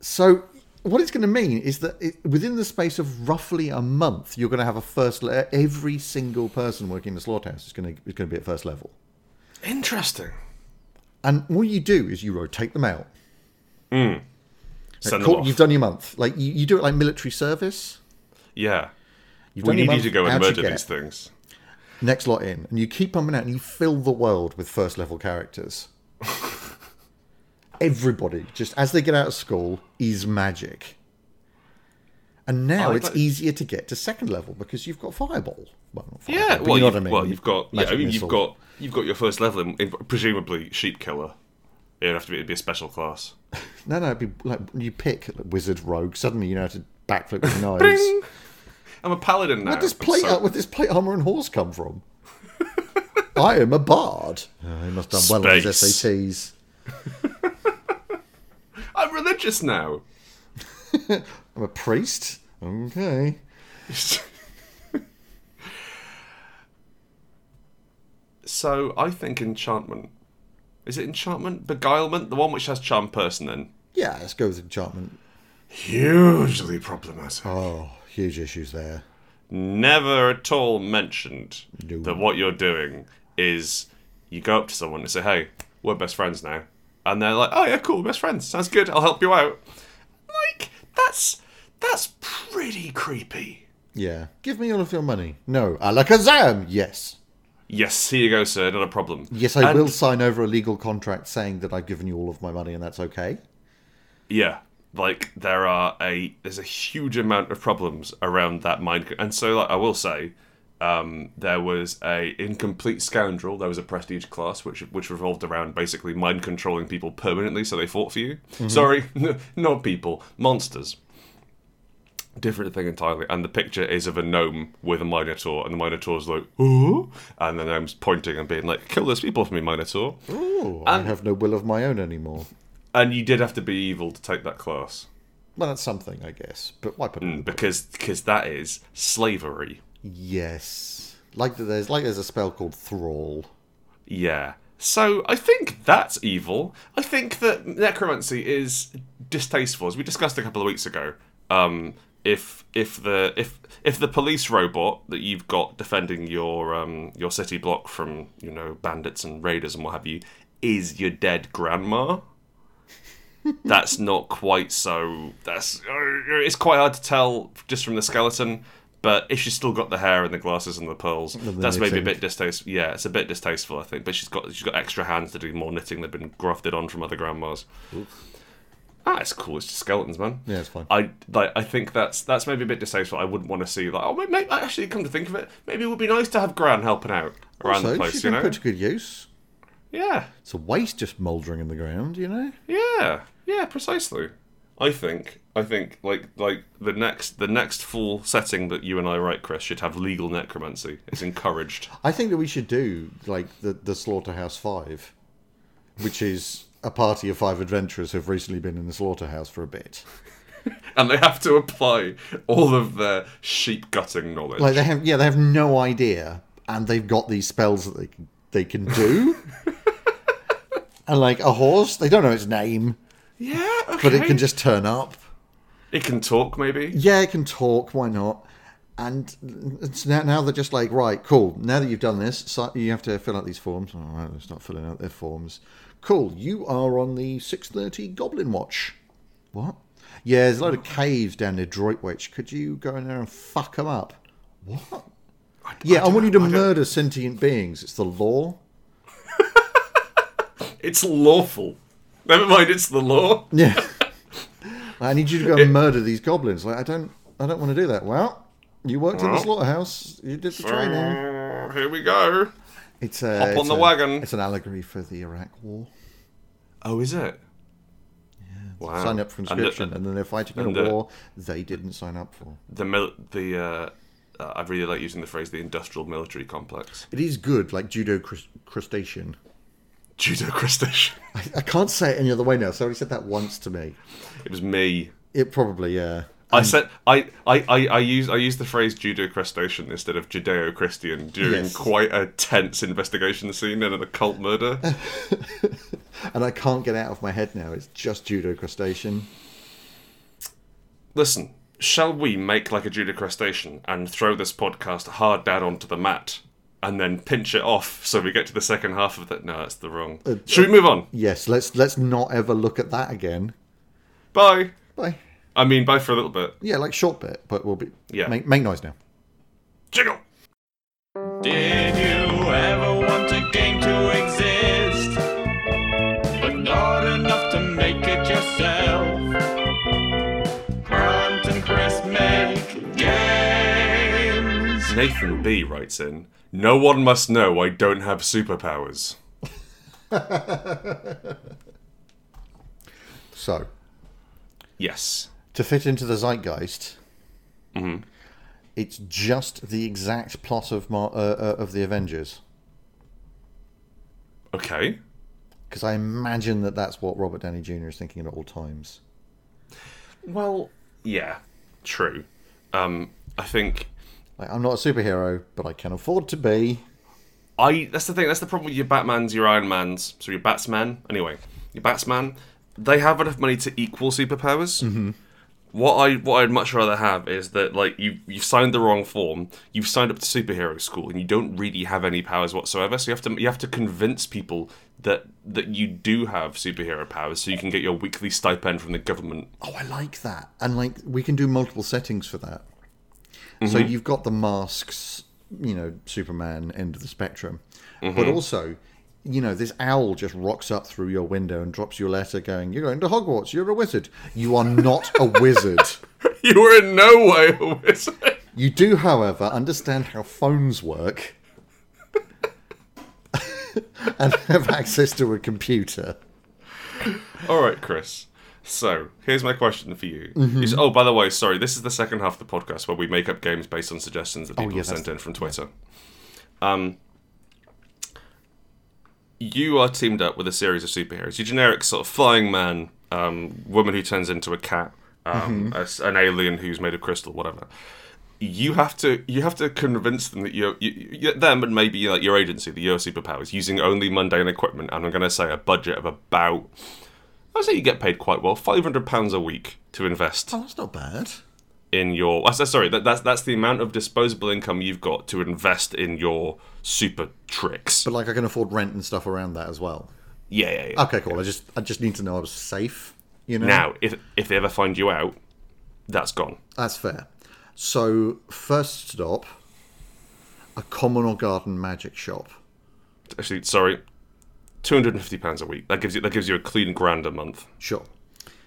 Speaker 2: So what it's going to mean is that it, within the space of roughly a month, you're going to have a first level. Every single person working in the slaughterhouse is going to is going to be at first level.
Speaker 1: interesting
Speaker 2: And all you do is you rotate them out.
Speaker 1: Send them
Speaker 2: Cool,
Speaker 1: off.
Speaker 2: you've done your month. Like you, you do it like military service.
Speaker 1: yeah
Speaker 2: You've
Speaker 1: we
Speaker 2: done your
Speaker 1: need you
Speaker 2: month,
Speaker 1: to go and
Speaker 2: out you
Speaker 1: murder
Speaker 2: get.
Speaker 1: these things
Speaker 2: Next lot in, and you keep pumping out, and you fill the world with first level characters. Everybody, just as they get out of school, is magic. And now
Speaker 1: I
Speaker 2: it's
Speaker 1: like-
Speaker 2: easier to get to second level because you've got fireball. Well, not fireball,
Speaker 1: yeah
Speaker 2: but
Speaker 1: well,
Speaker 2: you know
Speaker 1: you've,
Speaker 2: what I mean.
Speaker 1: well you've got yeah, I
Speaker 2: Magic
Speaker 1: mean, you've
Speaker 2: missile.
Speaker 1: got you've got your first level in, in presumably sheep killer It'd have to be, it'd be a special class.
Speaker 2: No, no, it'd be like you pick wizard rogue. Suddenly you know how to backflip with knives.
Speaker 1: I'm a paladin now.
Speaker 2: Where'd this
Speaker 1: I'm
Speaker 2: plate?
Speaker 1: so-
Speaker 2: where'd this plate armor and horse come from? I am a bard. Oh, he must have done well on his
Speaker 1: Space.
Speaker 2: SATs.
Speaker 1: I'm religious now.
Speaker 2: I'm a priest. Okay.
Speaker 1: so I think enchantment. Is it enchantment? Beguilement? The one which has charm person in.
Speaker 2: Yeah, let's go with enchantment.
Speaker 1: Hugely problematic.
Speaker 2: Oh, huge issues there.
Speaker 1: never at all mentioned
Speaker 2: No.
Speaker 1: that what you're doing is you go up to someone and say, "Hey, we're best friends now," and they're like, "Oh yeah, cool, best friends, sounds good. I'll help you out." Like that's that's pretty creepy.
Speaker 2: Yeah. Give me all of your money. No. Alakazam! Yes.
Speaker 1: Yes, here you go, sir. Not a problem.
Speaker 2: Yes, I
Speaker 1: And-
Speaker 2: will sign over a legal contract saying that I've given you all of my money and that's okay.
Speaker 1: Yeah, like there are a there's a huge amount of problems around that mind, and so like I will say, um, there was a incomplete scoundrel. There was a prestige class which which revolved around basically mind controlling people permanently, so they fought for you. Sorry, not people, monsters. Different thing entirely, and the picture is of a gnome with a minotaur, and the minotaur's like, "Ooh," and the gnome's pointing and being like, "Kill those people for me, minotaur."
Speaker 2: Ooh, I have no will of my own anymore.
Speaker 1: And you did have to be evil to take that class.
Speaker 2: Well, that's something, I guess. But why put it
Speaker 1: Hmm.
Speaker 2: on the
Speaker 1: because because that is slavery.
Speaker 2: Yes. Like that there's like there's a spell called thrall.
Speaker 1: Yeah. So I think that's evil. I think that necromancy is distasteful, as we discussed a couple of weeks ago. Um, if if the if if the police robot that you've got defending your um, your city block from you know bandits and raiders and what have you is your dead grandma, that's not quite so. That's it's quite hard to tell just from the skeleton. But if she's still got the hair and the glasses and the pearls, that's maybe a
Speaker 2: knitting.
Speaker 1: bit distasteful. Yeah, it's a bit distasteful, I think. But she's got she's got extra hands to do more knitting. They've been grafted on from other grandmas. Ah, it's cool. It's just skeletons, man.
Speaker 2: Yeah, it's fine.
Speaker 1: I like. I think that's that's maybe a bit distasteful. I wouldn't want to see like. Oh, maybe, maybe actually, come to think of it, maybe it would be nice to have Gran helping out around the
Speaker 2: so she's
Speaker 1: place. You
Speaker 2: been
Speaker 1: know?
Speaker 2: put to good use.
Speaker 1: Yeah.
Speaker 2: It's a waste just mouldering in the ground, you know?
Speaker 1: Yeah, yeah, precisely. I think, I think, like, like the next, the next full setting that you and I write, Chris, should have legal necromancy. It's encouraged.
Speaker 2: I think that we should do like the the Slaughterhouse Five, which is a party of five adventurers who've recently been in the slaughterhouse for a bit.
Speaker 1: and they have to apply all of their sheep gutting knowledge.
Speaker 2: Like they have yeah, they have no idea, and they've got these spells that they can, they can do. and like a horse, they don't know its name,
Speaker 1: yeah, okay.
Speaker 2: but it can just turn up.
Speaker 1: it can talk, maybe.
Speaker 2: yeah, it can talk. Why not? And it's now, now they're just like, right, cool. Now that you've done this, so you have to fill out these forms. All right, let's not filling out their forms. Cool. You are on the six thirty Goblin Watch. What? Yeah, there's a load of caves down near Droitwich. Could you go in there and fuck them up? What? yeah, I, want you to murder sentient beings. It's the law.
Speaker 1: It's lawful. Never mind, it's the law.
Speaker 2: Yeah. I need you to go and murder these goblins. Like, I don't, I don't want to do that. Well, you worked in the
Speaker 1: Well.
Speaker 2: slaughterhouse. You did the training.
Speaker 1: Uh, here we go.
Speaker 2: It's a,
Speaker 1: Hop on
Speaker 2: it's
Speaker 1: the
Speaker 2: a-
Speaker 1: wagon.
Speaker 2: It's an allegory for the Iraq War.
Speaker 1: Oh, is it? Wow.
Speaker 2: Sign up for
Speaker 1: And the-
Speaker 2: conscription, and, then they're fighting in
Speaker 1: and uh,
Speaker 2: a
Speaker 1: the-
Speaker 2: war they didn't sign up for.
Speaker 1: the mil- the uh, uh, I really like using the phrase the industrial military complex.
Speaker 2: It is good, like judo crus- crustacean.
Speaker 1: Judo crustacean.
Speaker 2: I, I can't say it any other way now. Somebody said that once to me.
Speaker 1: It was me.
Speaker 2: It probably, yeah.
Speaker 1: I said I I, I, I use I used the phrase judo crustacean instead of Judeo Christian during
Speaker 2: Yes.
Speaker 1: quite a tense investigation scene in an occult murder.
Speaker 2: And I can't get it out of my head now. It's just judo crustacean.
Speaker 1: Listen, shall we make like a judo crustacean and throw this podcast hard down onto the mat and then pinch it off so we get to the second half of that? No, that's the wrong. Should we move on?
Speaker 2: Yes, let's let's not ever look at that again.
Speaker 1: Bye.
Speaker 2: Bye.
Speaker 1: I mean, bye for a little bit.
Speaker 2: Yeah, like short bit, but we'll be
Speaker 1: Yeah.
Speaker 2: make, make noise now.
Speaker 1: Jiggle.
Speaker 3: Did you ever want a game to exist? But not enough to make it yourself. Grant and Chris make games.
Speaker 1: Nathan B writes in, No one must know I don't have superpowers.
Speaker 2: So,
Speaker 1: Yes.
Speaker 2: to fit into the zeitgeist, it's just the exact plot of Mar- uh, uh, of the Avengers.
Speaker 1: Okay.
Speaker 2: Because I imagine that that's what Robert Downey Jr. is thinking at all times.
Speaker 1: Well, yeah. True. Um, I think
Speaker 2: Like, I'm not a superhero, but I can afford to be.
Speaker 1: I that's the thing, that's the problem with your Batmans, your Iron Mans, so your Batsman, anyway, your Batsman, they have enough money to equal superpowers. Mm-hmm. What I what I'd much rather have is that like you you've signed the wrong form, you've signed up to superhero school and you don't really have any powers whatsoever. So you have to you have to convince people that that you do have superhero powers so you can get your weekly stipend from the government.
Speaker 2: Oh, I like that. And like we can do multiple settings for that. So you've got the masks, you know, Superman end of the spectrum. But also, you know, this owl just rocks up through your window and drops you a letter going, You're going to Hogwarts, you're a wizard. You are not a wizard.
Speaker 1: you are in no way a wizard.
Speaker 2: You do, however, understand how phones work and have access to a computer.
Speaker 1: All right, Chris. So here's my question for you.
Speaker 2: Mm-hmm.
Speaker 1: Is- oh, by the way, sorry. This is the second half of the podcast where we make up games based on suggestions that people
Speaker 2: Oh, yeah,
Speaker 1: have
Speaker 2: that's
Speaker 1: sent in from Twitter. Um, you are teamed up with a series of superheroes. Your generic sort of flying man, um, woman who turns into a cat,
Speaker 2: Mm-hmm.
Speaker 1: um, a s- an alien who's made of crystal, whatever. You have to you have to convince them that you're you, you, them and maybe like your agency that your superpowers using only mundane equipment and I'm going to say a budget of about I say you get paid quite well, five hundred pounds a week to invest
Speaker 2: Oh, that's not bad.
Speaker 1: in your. uh, Sorry, that, that's that's the amount of disposable income you've got to invest in your super tricks.
Speaker 2: But like I can afford rent and stuff around that as well.
Speaker 1: Yeah, yeah, yeah.
Speaker 2: Okay, cool. I just I just need to know I was safe. You know,
Speaker 1: Now, if if they ever find you out, that's gone.
Speaker 2: that's fair. So first stop, a common or garden magic shop.
Speaker 1: Actually, sorry, two hundred and fifty pounds a week. That gives you that gives you a clean grand a month.
Speaker 2: Sure.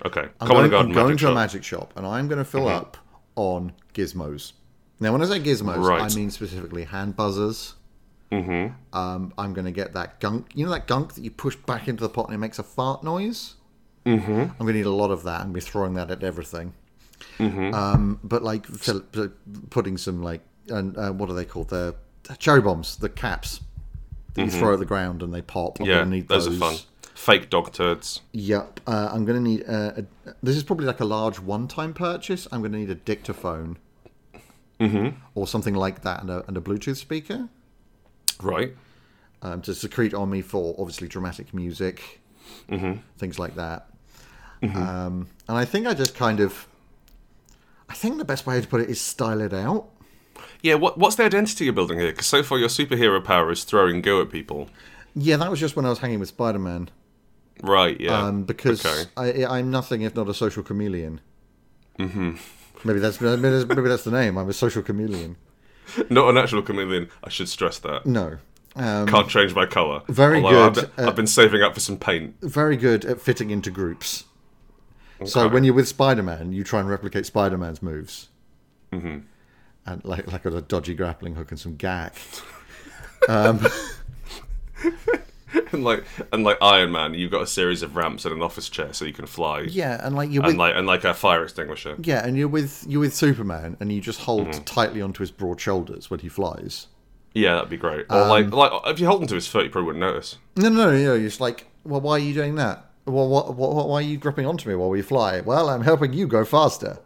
Speaker 1: Okay,
Speaker 2: I'm
Speaker 1: Common
Speaker 2: going, I'm
Speaker 1: Garden
Speaker 2: going
Speaker 1: Magic
Speaker 2: to a
Speaker 1: Shop. Mm-hmm.
Speaker 2: magic shop, and I'm going to fill up on gizmos. Now, when I say gizmos,
Speaker 1: Right.
Speaker 2: I mean specifically hand buzzers. Mm-hmm. Um, I'm going to get that gunk. You know that gunk that you push back into the pot and it makes a fart noise. Mm-hmm. I'm going to need a lot of that and be throwing that at everything.
Speaker 1: Mm-hmm.
Speaker 2: Um, but like fill- p- putting some like and uh, what are they called? The cherry bombs, the caps that you throw at the ground and they pop. I'm
Speaker 1: Mm-hmm. Yeah,
Speaker 2: gonna need
Speaker 1: those, are fun. Fake dog turds.
Speaker 2: Yep. Uh, I'm going to need. Uh, a, this is probably like a large one time purchase. I'm going to need a dictaphone. Or something like that, and a, and a Bluetooth speaker
Speaker 1: Right.
Speaker 2: um, to secrete on me for obviously dramatic music, things like that. Um, and I think I just kind of, I think the best way to put it is style it out.
Speaker 1: Yeah. What what's the identity you're building here? Because so far your superhero power is throwing go at people.
Speaker 2: Yeah, that was just when I was hanging with Spider Man,
Speaker 1: Right. Yeah.
Speaker 2: um, because
Speaker 1: Oh, Okay.
Speaker 2: I, I'm nothing if not a social chameleon. Mm-hmm. Maybe that's maybe that's, maybe that's the name. I'm a social chameleon.
Speaker 1: Not an actual chameleon. I should stress that.
Speaker 2: No. Um,
Speaker 1: Can't change my colour.
Speaker 2: Very
Speaker 1: Although
Speaker 2: good,
Speaker 1: I've been,
Speaker 2: uh,
Speaker 1: I've been saving up for some paint.
Speaker 2: very good at fitting into groups. So
Speaker 1: Okay.
Speaker 2: when you're with Spider-Man, you try and replicate Spider-Man's moves, mm-hmm. and like like with a dodgy grappling hook and some gag.
Speaker 1: and like and like Iron Man, you've got a series of ramps and an office chair so you can fly.
Speaker 2: Yeah, and like you're with
Speaker 1: And like and like a fire extinguisher.
Speaker 2: yeah, and you're with you're with Superman, and you just hold
Speaker 1: Mm-hmm.
Speaker 2: tightly onto his broad shoulders when he flies.
Speaker 1: Yeah, that'd be great. Or
Speaker 2: Um,
Speaker 1: like like if you hold onto his foot, you probably wouldn't notice.
Speaker 2: No, no, no, no. You're just like, well, why are you doing that? Well, what, what, why are you gripping onto me while we fly? Well, I'm helping you go faster.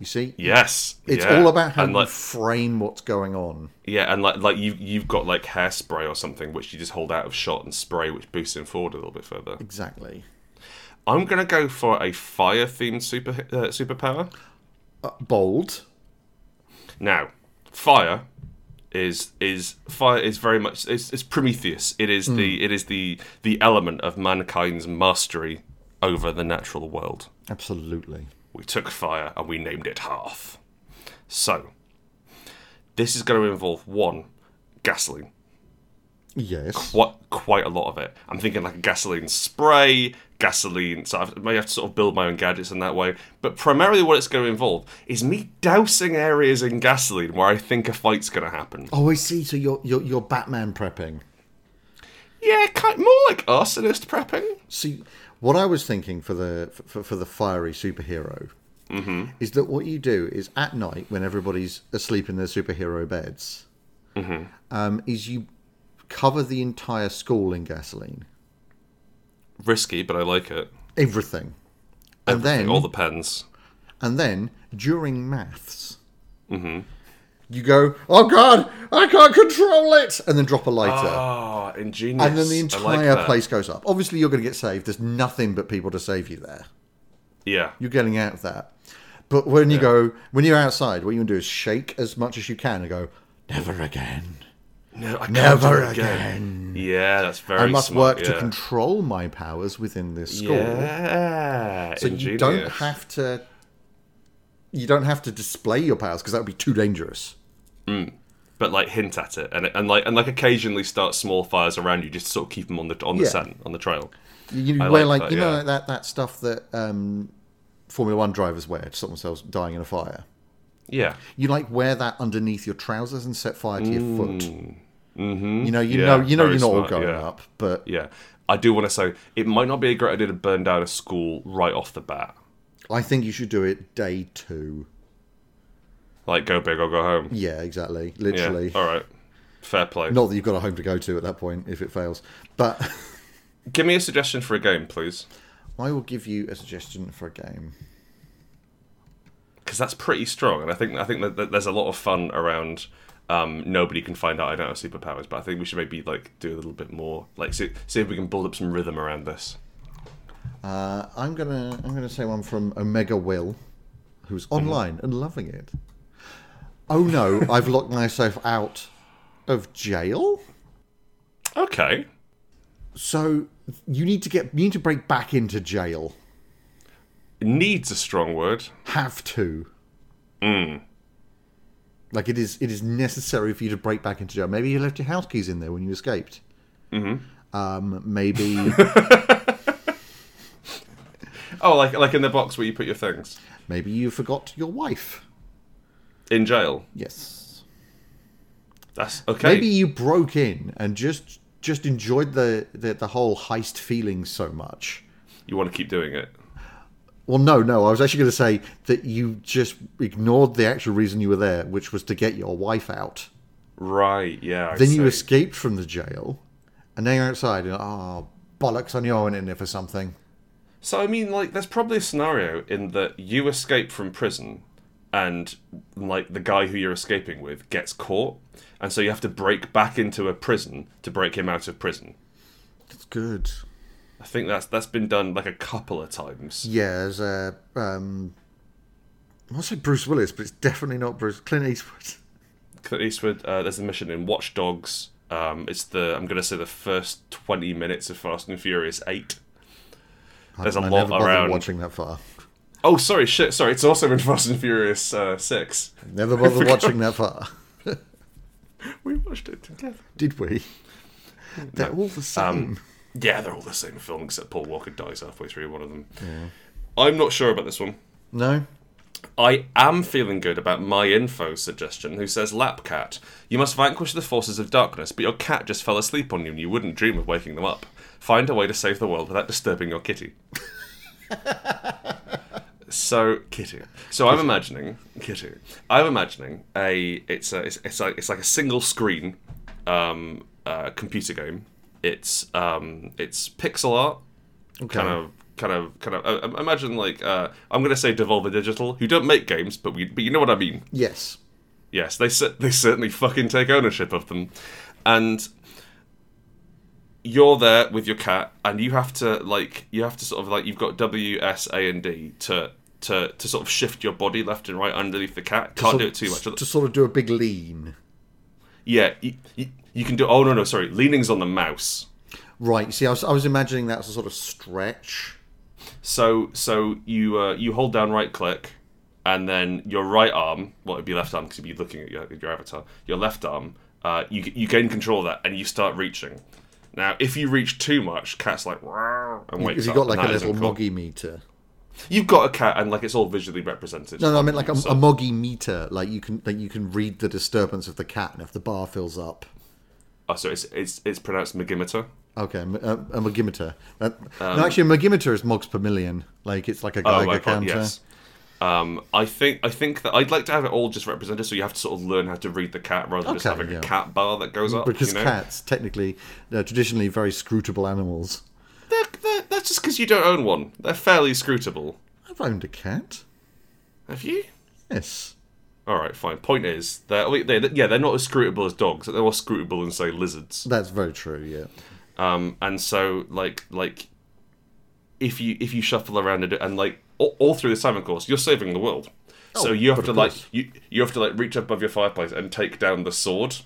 Speaker 2: You see,
Speaker 1: Yes,
Speaker 2: it's
Speaker 1: yeah.
Speaker 2: all about how
Speaker 1: and
Speaker 2: you
Speaker 1: like
Speaker 2: frame what's going on.
Speaker 1: yeah, and like like you you've got like hairspray or something which you just hold out of shot and spray, which boosts him forward a little bit further.
Speaker 2: Exactly.
Speaker 1: I'm gonna go for a fire themed super uh, superpower.
Speaker 2: Uh, bold.
Speaker 1: Now, fire is is fire is very much it's, it's Prometheus. It is the it is the the element of mankind's mastery over the natural world.
Speaker 2: Absolutely.
Speaker 1: We took fire and we named it Hearth. So, this is going to involve one gasoline.
Speaker 2: Yes.
Speaker 1: What quite a lot of it. I'm thinking like a gasoline spray, gasoline. So I may have to sort of build my own gadgets in that way. But primarily, what it's going to involve is me dousing areas in gasoline where I think a fight's going to happen.
Speaker 2: Oh, I see. So you're you're, you're Batman prepping.
Speaker 1: Yeah, kind more like arsonist prepping.
Speaker 2: See, What I was thinking for the for, for the fiery superhero is that what you do is at night when everybody's asleep in their superhero beds, um, is you cover the entire school in gasoline,
Speaker 1: Risky, but I like it.
Speaker 2: everything, and then
Speaker 1: All the pens.
Speaker 2: and then during maths, Mm-hmm. you go, oh god, I can't control it, and then drop a lighter.
Speaker 1: Ah, ingenious.
Speaker 2: and then the
Speaker 1: I like
Speaker 2: entire
Speaker 1: that.
Speaker 2: place goes up. Obviously, you're going to get saved. There's nothing but people to save you there.
Speaker 1: Yeah.
Speaker 2: You're getting out of that. But when you go, when you're outside, what you want to do is shake as much as you can and go, never again.
Speaker 1: No, I
Speaker 2: Never
Speaker 1: can't do it Yeah, that's very.
Speaker 2: I must
Speaker 1: smart,
Speaker 2: work
Speaker 1: yeah.
Speaker 2: to control my powers within this school.
Speaker 1: Yeah.
Speaker 2: So you don't have to. You don't have to display your powers because that would be too dangerous.
Speaker 1: but like hint at it, and and like and like occasionally start small fires around you, just to sort of keep them on the on the
Speaker 2: Yeah.
Speaker 1: scent, on the trail.
Speaker 2: You, you
Speaker 1: I
Speaker 2: wear
Speaker 1: like
Speaker 2: like,
Speaker 1: that,
Speaker 2: you know
Speaker 1: yeah.
Speaker 2: like that that stuff that um, Formula One drivers wear to stop themselves dying in a fire.
Speaker 1: Yeah,
Speaker 2: you like wear that underneath your trousers and set fire to your foot. You know, you
Speaker 1: Mm. Mm-hmm. Yeah,
Speaker 2: know, you know,
Speaker 1: very
Speaker 2: you're not all
Speaker 1: smart,
Speaker 2: going
Speaker 1: yeah.
Speaker 2: up, but
Speaker 1: yeah. I do want to say it might not be a great idea to burn down a school right off the bat.
Speaker 2: I think you should do it day two.
Speaker 1: Like go big or go home.
Speaker 2: Yeah, exactly.
Speaker 1: Yeah.
Speaker 2: Literally,
Speaker 1: All right. Fair play.
Speaker 2: not that you've got a home to go to at that point if it fails. But
Speaker 1: Give me a suggestion for a game, please,
Speaker 2: I will give you a suggestion for a game.
Speaker 1: because that's pretty strong, and I think I think that, that there's a lot of fun around. Um, nobody can find out I don't have superpowers, but I think we should maybe like do a little bit more, like see, see if we can build up some rhythm around this.
Speaker 2: Uh, I'm gonna, I'm gonna say one from Omega Will,
Speaker 1: Mm-hmm.
Speaker 2: who's online and loving it. Oh no, I've locked myself out of jail.
Speaker 1: Okay.
Speaker 2: So you need to get, you need to break back into jail.
Speaker 1: Needs a strong word.
Speaker 2: have to. Like it is, it is necessary for you to break back into jail. Maybe you left your house keys in there when you escaped. Mm-hmm. Um, maybe,
Speaker 1: Oh, like like in the box where you put your things
Speaker 2: maybe you forgot your wife.
Speaker 1: in jail.
Speaker 2: Yes.
Speaker 1: That's okay.
Speaker 2: Maybe you broke in and just just enjoyed the, the the whole heist feeling so much.
Speaker 1: you want to keep doing it.
Speaker 2: Well, no, no. I was actually going to say that you just ignored the actual reason you were there, which was to get your wife out.
Speaker 1: Right. Yeah. I
Speaker 2: Then you
Speaker 1: see.
Speaker 2: escaped from the jail, and now you're outside, and oh, bollocks on your own in there for something.
Speaker 1: So I mean, like, there's probably a scenario in that you escape from prison, and like the guy who you're escaping with gets caught, and so you have to break back into a prison to break him out of prison.
Speaker 2: It's good.
Speaker 1: I think that's that's been done like a couple of times.
Speaker 2: Yeah, there's a. Um, I'll say Bruce Willis, but it's definitely not Bruce. Clint Eastwood.
Speaker 1: Clint Eastwood. Uh, there's a mission in Watch Dogs. Um, it's the I'm gonna say the first 20 minutes of Fast and Furious Eight. There's a
Speaker 2: I
Speaker 1: lot
Speaker 2: never bothered
Speaker 1: around.
Speaker 2: watching that far.
Speaker 1: Oh, sorry, shit, sorry. It's also in Fast and Furious uh, Six.
Speaker 2: Never bothered watching that far.
Speaker 1: We watched it together.
Speaker 2: Did we? They're all the same.
Speaker 1: Um, Yeah, they're all the same film except Paul Walker dies halfway through one of them. I'm not sure about this one.
Speaker 2: no.
Speaker 1: I am feeling good about my info suggestion, who says Lap Cat. You must vanquish the forces of darkness, but your cat just fell asleep on you and you wouldn't dream of waking them up. Find a way to save the world without disturbing your kitty. so kitty. So I'm imagining kitty. I'm imagining a it's a it's, it's like it's like a single screen um, uh, computer game. It's um, it's pixel art
Speaker 2: Okay.
Speaker 1: kind of kind of kind of uh, imagine like uh, I'm gonna say Devolver Digital, who don't make games, but we but you know what I mean.
Speaker 2: Yes.
Speaker 1: Yes, they cer- they certainly fucking take ownership of them, and you're there with your cat, and you have to like you have to sort of like you've got W S A and D to. To, to sort of shift your body left and right underneath the cat. Can't do it too much.
Speaker 2: To sort of do a big lean.
Speaker 1: Yeah, you, you, you can do. Oh, no, no, sorry. Leaning's on the mouse.
Speaker 2: Right. See, I was, I was imagining that's a sort of stretch.
Speaker 1: So so you uh, you hold down right click, and then your right arm, well it'd be left arm because you'd be looking at your, at your avatar. Your left arm, uh, you you gain control of that, and you start reaching. Now, if you reach too much, cat's like "Wow," and wakes
Speaker 2: If you've
Speaker 1: up, and
Speaker 2: got like
Speaker 1: that
Speaker 2: a little
Speaker 1: isn't cool.
Speaker 2: moggy meter.
Speaker 1: You've got a cat, and like it's all visually represented.
Speaker 2: No, no, I mean like a, a moggy meter. Like you can, like you can read the disturbance of the cat, and if the bar fills up,
Speaker 1: Uh, Oh, so it's it's it's pronounced megimeter.
Speaker 2: Okay, m- uh, a Magimeter. That, no, actually, a Magimeter is Mogs per million. Like, it's like a
Speaker 1: Um, Oh,
Speaker 2: Geiger
Speaker 1: my God,
Speaker 2: counter.
Speaker 1: yes. Um, I think I think that I'd like to have it all just represented, so you have to sort of learn how to read the cat rather than just
Speaker 2: Okay,
Speaker 1: having
Speaker 2: yeah. Mm,
Speaker 1: a cat bar that goes up. you
Speaker 2: Because
Speaker 1: know?
Speaker 2: cats, technically, they're traditionally very scrutable animals.
Speaker 1: They're, they're, that's just because you don't own one. They're fairly scrutable.
Speaker 2: I've owned a cat.
Speaker 1: Have you?
Speaker 2: Yes.
Speaker 1: All right, fine. Point is, they're, wait, they're yeah, they're not as scrutable as dogs. They're more scrutable than say lizards.
Speaker 2: That's very true, yeah.
Speaker 1: Um, and so like like, if you if you shuffle around and, and like all, all through this time, of course, you're saving the world. so you have to like you you have to like reach up above your fireplace and take down the sword.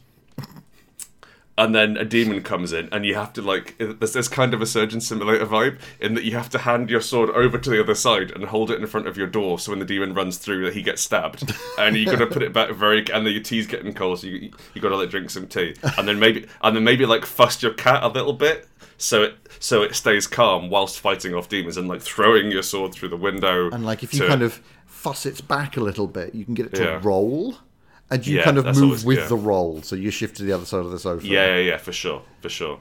Speaker 1: And then a demon comes in, and you have to like. There's this kind of a surgeon simulator vibe in that you have to hand your sword over to the other side and hold it in front of your door, so when the demon runs through, that he gets stabbed, and you got to put it back very. And then your tea's getting cold, so you you got to like drink some tea, and then maybe and then maybe like fuss your cat a little bit, so it so it stays calm whilst fighting off demons, and like throwing your sword through the window.
Speaker 2: And like if you
Speaker 1: to-
Speaker 2: kind of fuss its back a little bit, you can get it to
Speaker 1: Yeah.
Speaker 2: roll, and you
Speaker 1: Yeah,
Speaker 2: kind of
Speaker 1: that's
Speaker 2: move
Speaker 1: always-
Speaker 2: with
Speaker 1: yeah.
Speaker 2: the roll, so you shift to the other side of the sofa.
Speaker 1: Yeah, yeah, yeah, for sure, for sure.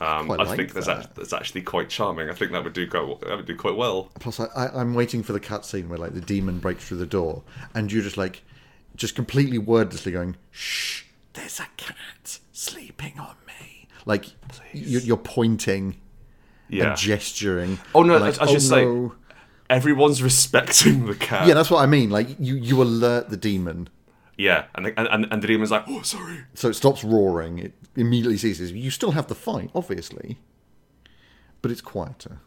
Speaker 1: Um, I
Speaker 2: Quite like
Speaker 1: think that's,
Speaker 2: that.
Speaker 1: act- that's actually quite charming. I think that would do quite w- that would do quite well.
Speaker 2: Plus, I, I, I'm waiting for the cutscene where like the demon breaks through the door, and you're just like, just completely wordlessly going, "Shh, there's a cat sleeping on me." Like you're, you're pointing
Speaker 1: Yeah.
Speaker 2: and gesturing.
Speaker 1: oh no,
Speaker 2: like,
Speaker 1: I, I should say
Speaker 2: no."
Speaker 1: everyone's respecting the cat.
Speaker 2: yeah, that's what I mean. Like you, you alert the demon,
Speaker 1: Yeah, and the, and- and and the demon's like, oh, sorry.
Speaker 2: so it stops roaring. It immediately ceases. You still have the fight, obviously, but it's quieter.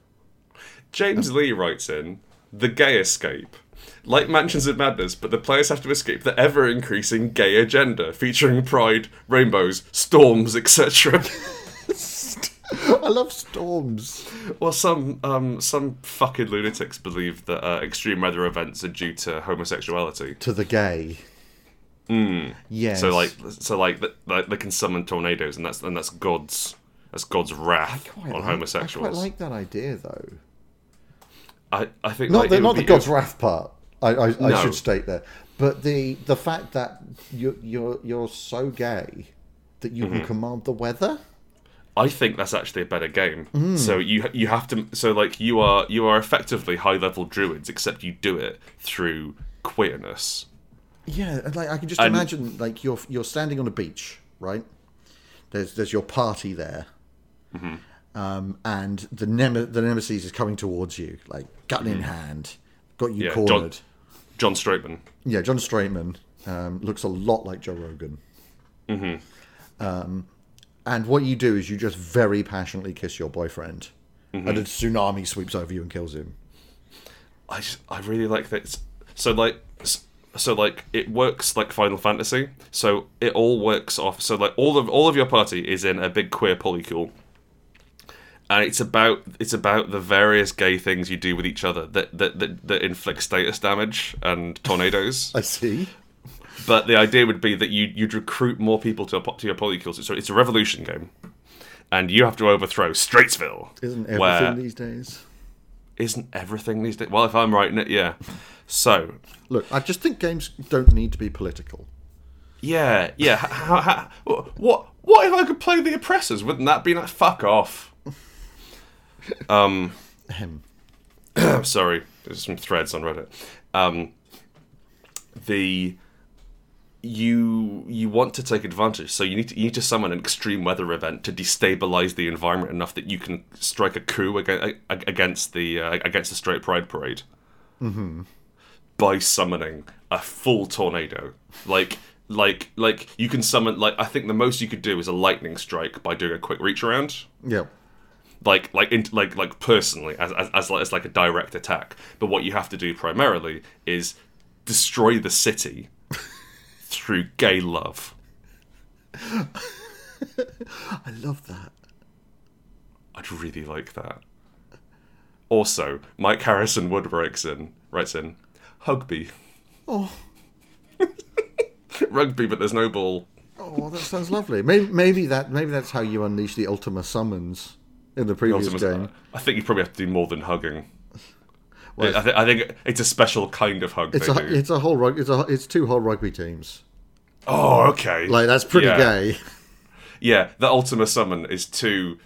Speaker 1: James Lee writes in the gay escape. Like Mansions of Madness, but the players have to escape the ever increasing gay agenda featuring pride, rainbows, storms, etc.
Speaker 2: I love storms.
Speaker 1: Well, some um, some fucking lunatics believe that uh, extreme weather events are due to homosexuality.
Speaker 2: to the gay. Mm. Yes.
Speaker 1: Hmm. So like, so like, th- like they can summon tornadoes, and that's and that's God's that's God's wrath
Speaker 2: Quite
Speaker 1: on
Speaker 2: like- I
Speaker 1: homosexuals.
Speaker 2: quite like that idea though.
Speaker 1: I, I think
Speaker 2: Not
Speaker 1: like,
Speaker 2: the
Speaker 1: it would
Speaker 2: not the
Speaker 1: be-
Speaker 2: God's wrath part. I, I, I
Speaker 1: No.
Speaker 2: should state there, but the the fact that you you're you're so gay that you
Speaker 1: Mm-hmm.
Speaker 2: can command the weather.
Speaker 1: I think that's actually a better game.
Speaker 2: Hmm.
Speaker 1: So you you have to so like you are you are effectively high level druids, except you do it through queerness.
Speaker 2: Yeah, and, like I can just
Speaker 1: And-
Speaker 2: imagine like you're you're standing on a beach, right? There's there's your party there,
Speaker 1: Mm-hmm.
Speaker 2: um, and the nem- the nemesis is coming towards you, like gun in hand, got you
Speaker 1: Mm-hmm. Yeah, John-
Speaker 2: cornered.
Speaker 1: John Straitman.
Speaker 2: Yeah, John Straitman um, looks a lot like Joe Rogan. Mm-hmm. Um, and what you do is you just very passionately kiss your boyfriend, and a tsunami sweeps over you and kills him.
Speaker 1: I just, I really like that. It's, so like s- so like it works like Final Fantasy. So it all works off. So like all of all of your party is in a big queer polycule, and it's about it's about the various gay things you do with each other that that that, that inflict status damage and tornadoes.
Speaker 2: I see.
Speaker 1: but the idea would be that you you'd recruit more people to a, po- to your polycules. So it's a revolution game, and you have to overthrow Straitsville.
Speaker 2: Isn't everything
Speaker 1: where-
Speaker 2: these days?
Speaker 1: isn't everything these days? Well, if I'm writing it, yeah. So
Speaker 2: Look, I just think games don't need to be political.
Speaker 1: Yeah, yeah. ha- ha- ha- wh- what? What if I could play the oppressors? Wouldn't that be like fuck off?
Speaker 2: Ahem.
Speaker 1: I'm sorry. There's some threads on Reddit. Um, the you you want to take advantage, so you need to you need to summon an extreme weather event to destabilize the environment enough that you can strike a coup against against the uh, against the straight pride parade. by summoning a full tornado. Like like like you can summon like I think the most you could do is a lightning strike by doing a quick reach around.
Speaker 2: Yeah.
Speaker 1: Like like in, like like personally as as as like, as like a direct attack. But what you have to do primarily is destroy the city through gay love.
Speaker 2: Ah, I love that.
Speaker 1: I'd really like that. Also, Mike Harrison Wood writes in writes in Hugby.
Speaker 2: Oh,
Speaker 1: Rugby, but there's no ball.
Speaker 2: oh, that sounds lovely. Maybe, maybe that maybe that's how you unleash the Ultima summons in the previous game.
Speaker 1: I think you probably have to do more than hugging.
Speaker 2: Well,
Speaker 1: I, th- I think it's a special kind of hug
Speaker 2: It's
Speaker 1: they
Speaker 2: a
Speaker 1: do.
Speaker 2: it's a whole rug, it's a it's two whole rugby teams.
Speaker 1: Oh, okay.
Speaker 2: Like that's pretty
Speaker 1: yeah.
Speaker 2: gay.
Speaker 1: Yeah, the Ultima Summon is two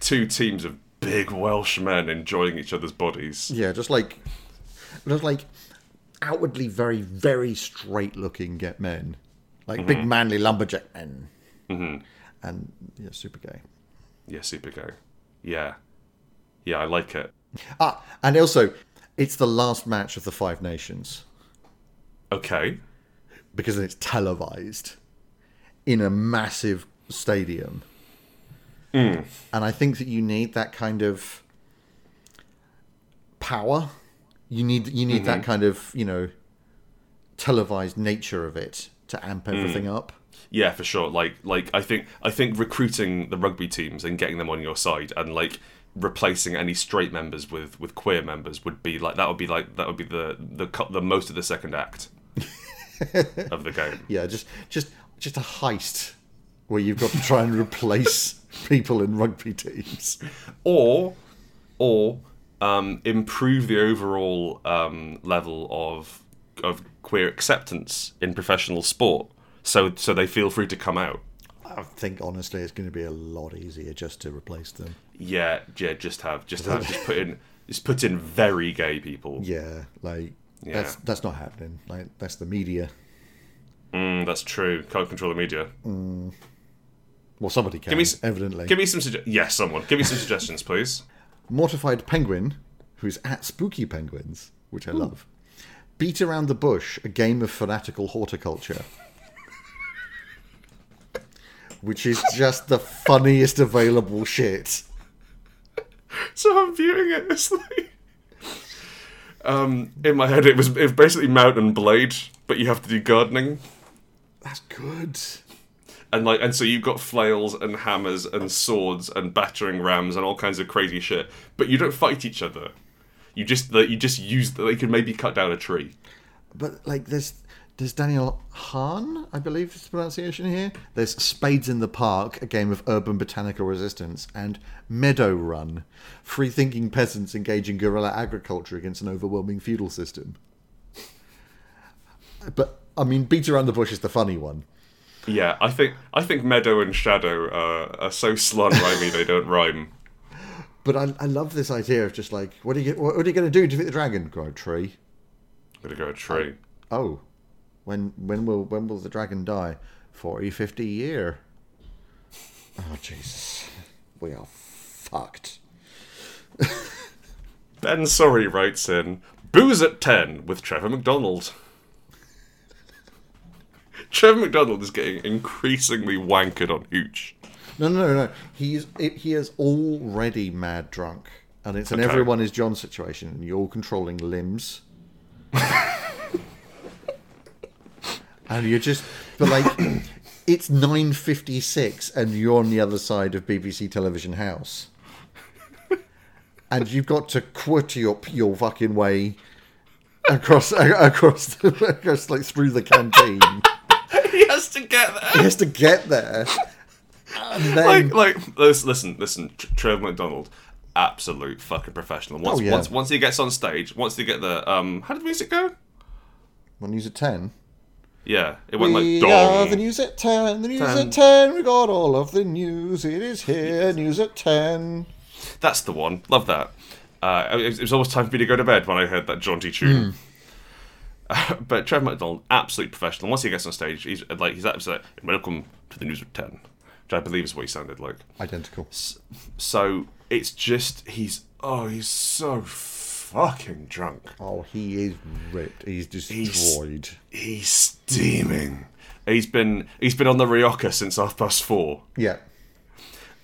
Speaker 1: two teams of big Welsh men enjoying each other's bodies.
Speaker 2: Yeah, just like, just like outwardly very, very straight looking get men. Like big manly lumberjack men. Mm-hmm. And yeah, super gay.
Speaker 1: Yeah, super gay. Yeah, yeah, I like it.
Speaker 2: Ah, and also, it's the last match of the Five Nations
Speaker 1: Okay,
Speaker 2: because it's televised in a massive stadium. And I think that you need that kind of power. You need you need that kind of you know televised nature of it to amp everything up.
Speaker 1: yeah, for sure. Like, like I think I think recruiting the rugby teams and getting them on your side and like replacing any straight members with with queer members would be like that would be like that would be the the cu- the most of the second act of the game.
Speaker 2: Yeah, just just just a heist where you've got to try and replace people in rugby teams.
Speaker 1: or or um, improve the overall um, level of of queer acceptance in professional sport. So so they feel free to come out.
Speaker 2: I think honestly, it's going to be a lot easier just to replace them.
Speaker 1: Yeah, yeah. Just have just have just put in just put in very gay people.
Speaker 2: Yeah, like that's
Speaker 1: Yeah.
Speaker 2: that's not happening. Like that's the media.
Speaker 1: Mm, that's true. Can't control the media.
Speaker 2: Well, somebody can
Speaker 1: me s-
Speaker 2: evidently.
Speaker 1: Give me some suggestions. Yes, someone. Give me some suggestions, please.
Speaker 2: Mortified Penguin, who's at Spooky Penguins, which I love. Beat Around the Bush, a game of fanatical horticulture. which is just the funniest available shit.
Speaker 1: So I'm viewing it. It's like, um, in my head, it was it was basically Mountain Blade, but you have to do gardening.
Speaker 2: That's good.
Speaker 1: and like and so you've got flails and hammers and swords and battering rams and all kinds of crazy shit but you don't fight each other you just that you just use they could maybe cut down a tree
Speaker 2: But like there's there's Daniel Hahn, I believe is the pronunciation here. There's Spades in the Park, a game of urban botanical resistance, and Meadow Run, free thinking peasants engage in guerrilla agriculture against an overwhelming feudal system. But I mean, beat around the bush is the funny one.
Speaker 1: yeah i think i think meadow and shadow uh, are so slun rhymey they don't rhyme
Speaker 2: But I, I love this idea of just like, what are you what are you going to do to defeat the dragon? Grow a tree.
Speaker 1: i'm gonna go a tree
Speaker 2: Oh, when when will when will the dragon die? 40, 50 year. Oh Jesus, we are fucked.
Speaker 1: ben sorry writes in booze at 10 with trevor mcdonald trevor mcdonald is getting increasingly wankered on hooch
Speaker 2: No, no, no, no. He is it, he is already mad drunk, and it's an
Speaker 1: Okay.
Speaker 2: everyone is John situation, and you're all controlling limbs. and you're just, but like, it's nine fifty six, and you're on the other side of BBC Television House, and you've got to QWERTY up your fucking way across across across like through the canteen.
Speaker 1: he has to get there
Speaker 2: he has to get there, and then.
Speaker 1: like, like, listen, listen, listen. Tr- Trevor McDonald, absolute fucking professional. Once,
Speaker 2: Oh, yeah.
Speaker 1: once, once he gets on stage, once he get the um, how did the music go?
Speaker 2: Well, news at 10.
Speaker 1: Yeah, it went like
Speaker 2: we are
Speaker 1: dong.
Speaker 2: the news at 10, the news
Speaker 1: 10.
Speaker 2: at 10. We got all of the news. It is here, news at 10.
Speaker 1: That's the one. Love that. Uh, it, was- it was almost time for me to go to bed when I heard that jaunty tune.
Speaker 2: Hmm.
Speaker 1: but Trevor McDonald, absolute professional. Once he gets on stage, he's uh, like he's absolute. Welcome to the news of ten, which I believe is what he sounded like.
Speaker 2: Identical.
Speaker 1: So it's just he's oh he's so fucking drunk.
Speaker 2: Oh, he is ripped. He's destroyed.
Speaker 1: He's steaming. He's been he's been on the Rioja since half past four,
Speaker 2: Yeah.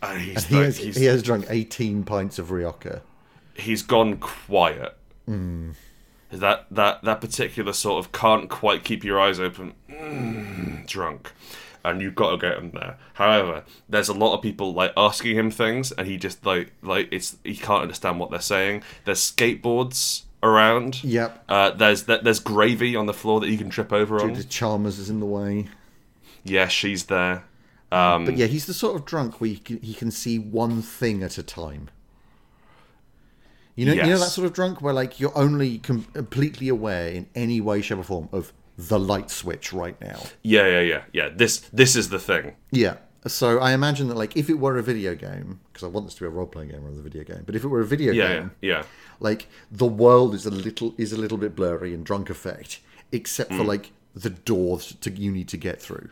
Speaker 1: and he's
Speaker 2: He
Speaker 1: like,
Speaker 2: has,
Speaker 1: he's,
Speaker 2: he has drunk 18 pints of Rioja.
Speaker 1: he's gone quiet.
Speaker 2: Hmm.
Speaker 1: That that that particular sort of can't quite keep your eyes open, mm, drunk, and you've got to get him there. However, there's a lot of people like asking him things, and he just like like it's he can't understand what they're saying. There's skateboards around.
Speaker 2: Yep.
Speaker 1: Uh, there's there's gravy on the floor that you can trip over on.
Speaker 2: The Chalmers is in the way.
Speaker 1: Yeah, she's there.
Speaker 2: But yeah, he's the sort of drunk where he can, he can see one thing at a time. You know, you know
Speaker 1: Yes.
Speaker 2: that sort of drunk where like you're only com- completely aware in any way, shape, or form of the light switch right now.
Speaker 1: Yeah, yeah, yeah, yeah. This this is the thing.
Speaker 2: Yeah, So I imagine that, like, if it were a video game, because I want this to be a role-playing game rather than a video game, but if it were a video
Speaker 1: Yeah, yeah,
Speaker 2: game,
Speaker 1: yeah.
Speaker 2: like the world is a little is a little bit blurry and drunk effect, except
Speaker 1: Mm.
Speaker 2: for like the doors to you need to get through.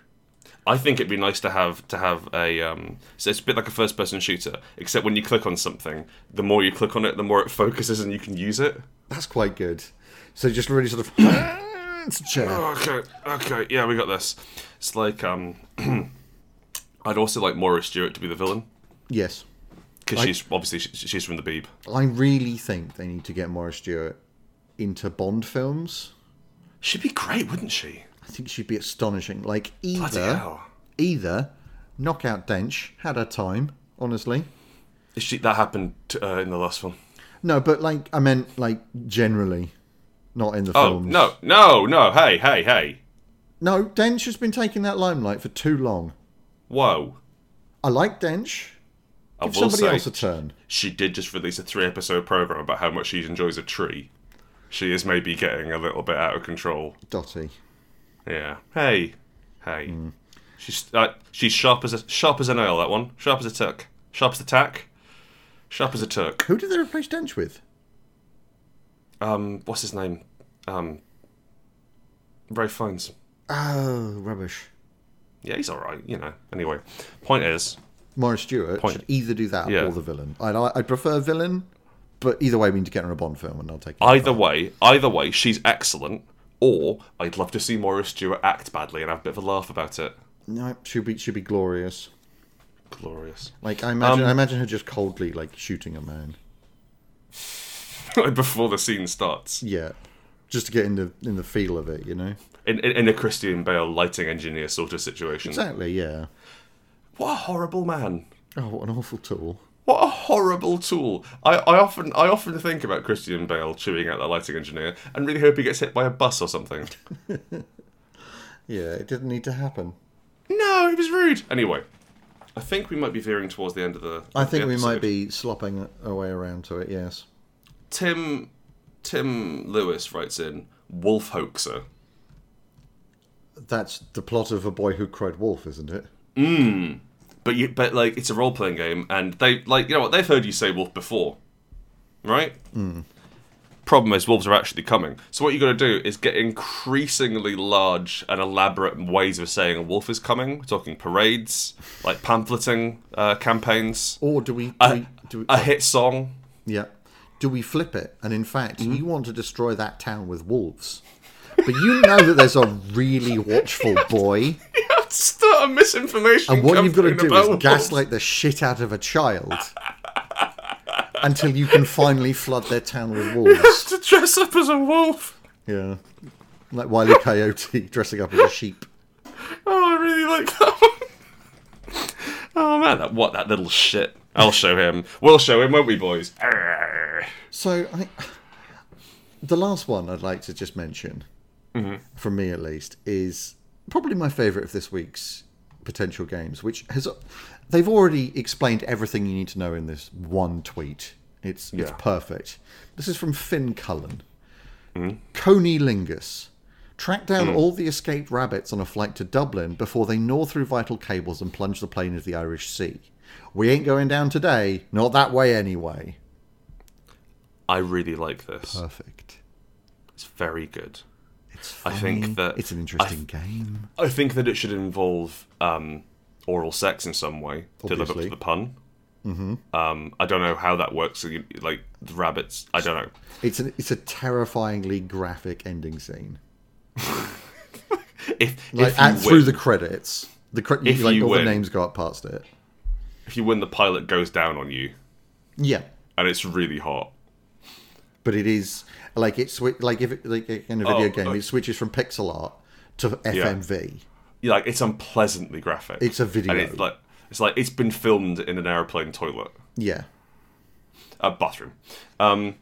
Speaker 1: I think it'd be nice to have to have a. Um, so it's a bit like a first-person shooter, except when you click on something, the more you click on it, the more it focuses, and you can use it.
Speaker 2: That's quite good. So just really sort of it's a chair.
Speaker 1: Oh, okay, okay, yeah, we got this. It's like um, I'd also like Maura Stewart to be the villain
Speaker 2: Yes,
Speaker 1: because she's obviously she, she's from the Beeb.
Speaker 2: I really think they need to get Maura Stewart into Bond films.
Speaker 1: She'd be great, wouldn't she?
Speaker 2: I think she'd be astonishing. Like
Speaker 1: Bloody
Speaker 2: either
Speaker 1: hell!
Speaker 2: either knockout Dench had her time, honestly.
Speaker 1: Is she, that happened to, uh, in the last one.
Speaker 2: No, but like I meant like generally, not in the
Speaker 1: Oh
Speaker 2: films.
Speaker 1: no, no, no! Hey, hey, hey!
Speaker 2: no, Dench has been taking that limelight for too long.
Speaker 1: Whoa!
Speaker 2: I like Dench.
Speaker 1: I
Speaker 2: Give
Speaker 1: will say
Speaker 2: somebody else a turn.
Speaker 1: she did just release a three-episode program about how much she enjoys a tree. She is maybe getting a little bit out of control.
Speaker 2: Dotty.
Speaker 1: Yeah. Hey, hey. She's uh, she's sharp as a sharp as a nail. That one. Sharp as a tuck. Sharp as a tack. Sharp as a tuck.
Speaker 2: Who did they replace Dench with?
Speaker 1: Um, what's his name? Um, Ray Fiennes.
Speaker 2: Oh, rubbish.
Speaker 1: Yeah, he's all right. You know. Anyway, point is,
Speaker 2: Morris Stewart
Speaker 1: Point.
Speaker 2: should either do that
Speaker 1: Yeah.
Speaker 2: or the villain. I I prefer villain, but either way, we need to get her in a Bond film, and I'll take it.
Speaker 1: either way, either way, she's excellent. Or I'd love to see Maurice Stewart act badly and have a bit of a laugh about it.
Speaker 2: no, she'll be she'll be glorious.
Speaker 1: Glorious.
Speaker 2: Like I imagine,
Speaker 1: Um,
Speaker 2: I imagine her just coldly like shooting a man.
Speaker 1: Before the scene starts,
Speaker 2: Yeah, just to get in the in the feel of it, you
Speaker 1: Mm.
Speaker 2: know.
Speaker 1: in, in, in a Christian Bale lighting engineer sort of situation.
Speaker 2: Exactly. Yeah.
Speaker 1: What a horrible man.
Speaker 2: Oh, what an awful tool.
Speaker 1: What a horrible tool! I, I often I often think about Christian Bale chewing out the lighting engineer, and really hope he gets hit by a bus or something.
Speaker 2: Yeah, it didn't need to happen.
Speaker 1: no, it was rude. Anyway, I think we might be veering towards the end of the.
Speaker 2: I
Speaker 1: of the
Speaker 2: think we might
Speaker 1: episode.
Speaker 2: be slopping our way around to it. Yes.
Speaker 1: Tim Tim Lewis writes in Wolf Hoaxer.
Speaker 2: That's the plot of A Boy Who Cried Wolf, isn't it?
Speaker 1: But you but like it's a role playing game, and they like you know what they've heard you say wolf before, right?
Speaker 2: Hmm.
Speaker 1: Problem is, wolves are actually coming. So what you got to do is get increasingly large and elaborate ways of saying a wolf is coming. We're talking parades, like pamphleting uh, campaigns,
Speaker 2: Or do we? Do
Speaker 1: a,
Speaker 2: we, do we
Speaker 1: a hit song.
Speaker 2: Yeah. Do we flip it? And in fact,
Speaker 1: Mm-hmm.
Speaker 2: you want to destroy that town with wolves. But you know that there's a really watchful boy.
Speaker 1: You have to start a misinformation.
Speaker 2: And what you've got to
Speaker 1: campaign
Speaker 2: do
Speaker 1: about
Speaker 2: is
Speaker 1: wolves.
Speaker 2: gaslight the shit out of a child until you can finally flood their town with wolves.
Speaker 1: to dress up as a wolf.
Speaker 2: Yeah. Like Wiley Coyote dressing up as a sheep.
Speaker 1: Oh, I really like that one. oh man, that what that little shit. I'll show him. We'll show him, won't we, boys? Arrgh.
Speaker 2: So I, the last one I'd like to just mention, from me at least, is probably my favourite of this week's potential games, which has they've already explained everything you need to know in this one tweet. It's it's
Speaker 1: Yeah.
Speaker 2: perfect. This is from Finn Cullen. Coney Lingus. Track down all the escaped rabbits on a flight to Dublin before they gnaw through vital cables and plunge the plane into the Irish Sea. We ain't going down today, not that way anyway.
Speaker 1: I really like this.
Speaker 2: Perfect.
Speaker 1: It's very good.
Speaker 2: It's
Speaker 1: I think funny. that-
Speaker 2: it's an
Speaker 1: I-
Speaker 2: interesting game.
Speaker 1: I think that it should involve um, oral sex in some way to live up
Speaker 2: Obviously.
Speaker 1: to the pun. Mm-hmm. Um, I don't know how that works. so you- Like the rabbits, I don't know.
Speaker 2: It's an it's a terrifyingly graphic ending scene.
Speaker 1: If
Speaker 2: Like
Speaker 1: if, you
Speaker 2: at,
Speaker 1: win,
Speaker 2: through the credits, the cre-
Speaker 1: If
Speaker 2: like
Speaker 1: you
Speaker 2: all
Speaker 1: win.
Speaker 2: the names go up past it.
Speaker 1: if you win, the pilot goes down on you,
Speaker 2: Yeah,
Speaker 1: and it's really hot.
Speaker 2: but it is like it's swi- like if it, like in a video
Speaker 1: Oh,
Speaker 2: game,
Speaker 1: uh,
Speaker 2: it switches from pixel art to FMV.
Speaker 1: Yeah, like it's unpleasantly graphic.
Speaker 2: It's a video.
Speaker 1: and it's like it's like it's been filmed in an airplane toilet,
Speaker 2: Yeah,
Speaker 1: a bathroom. Um,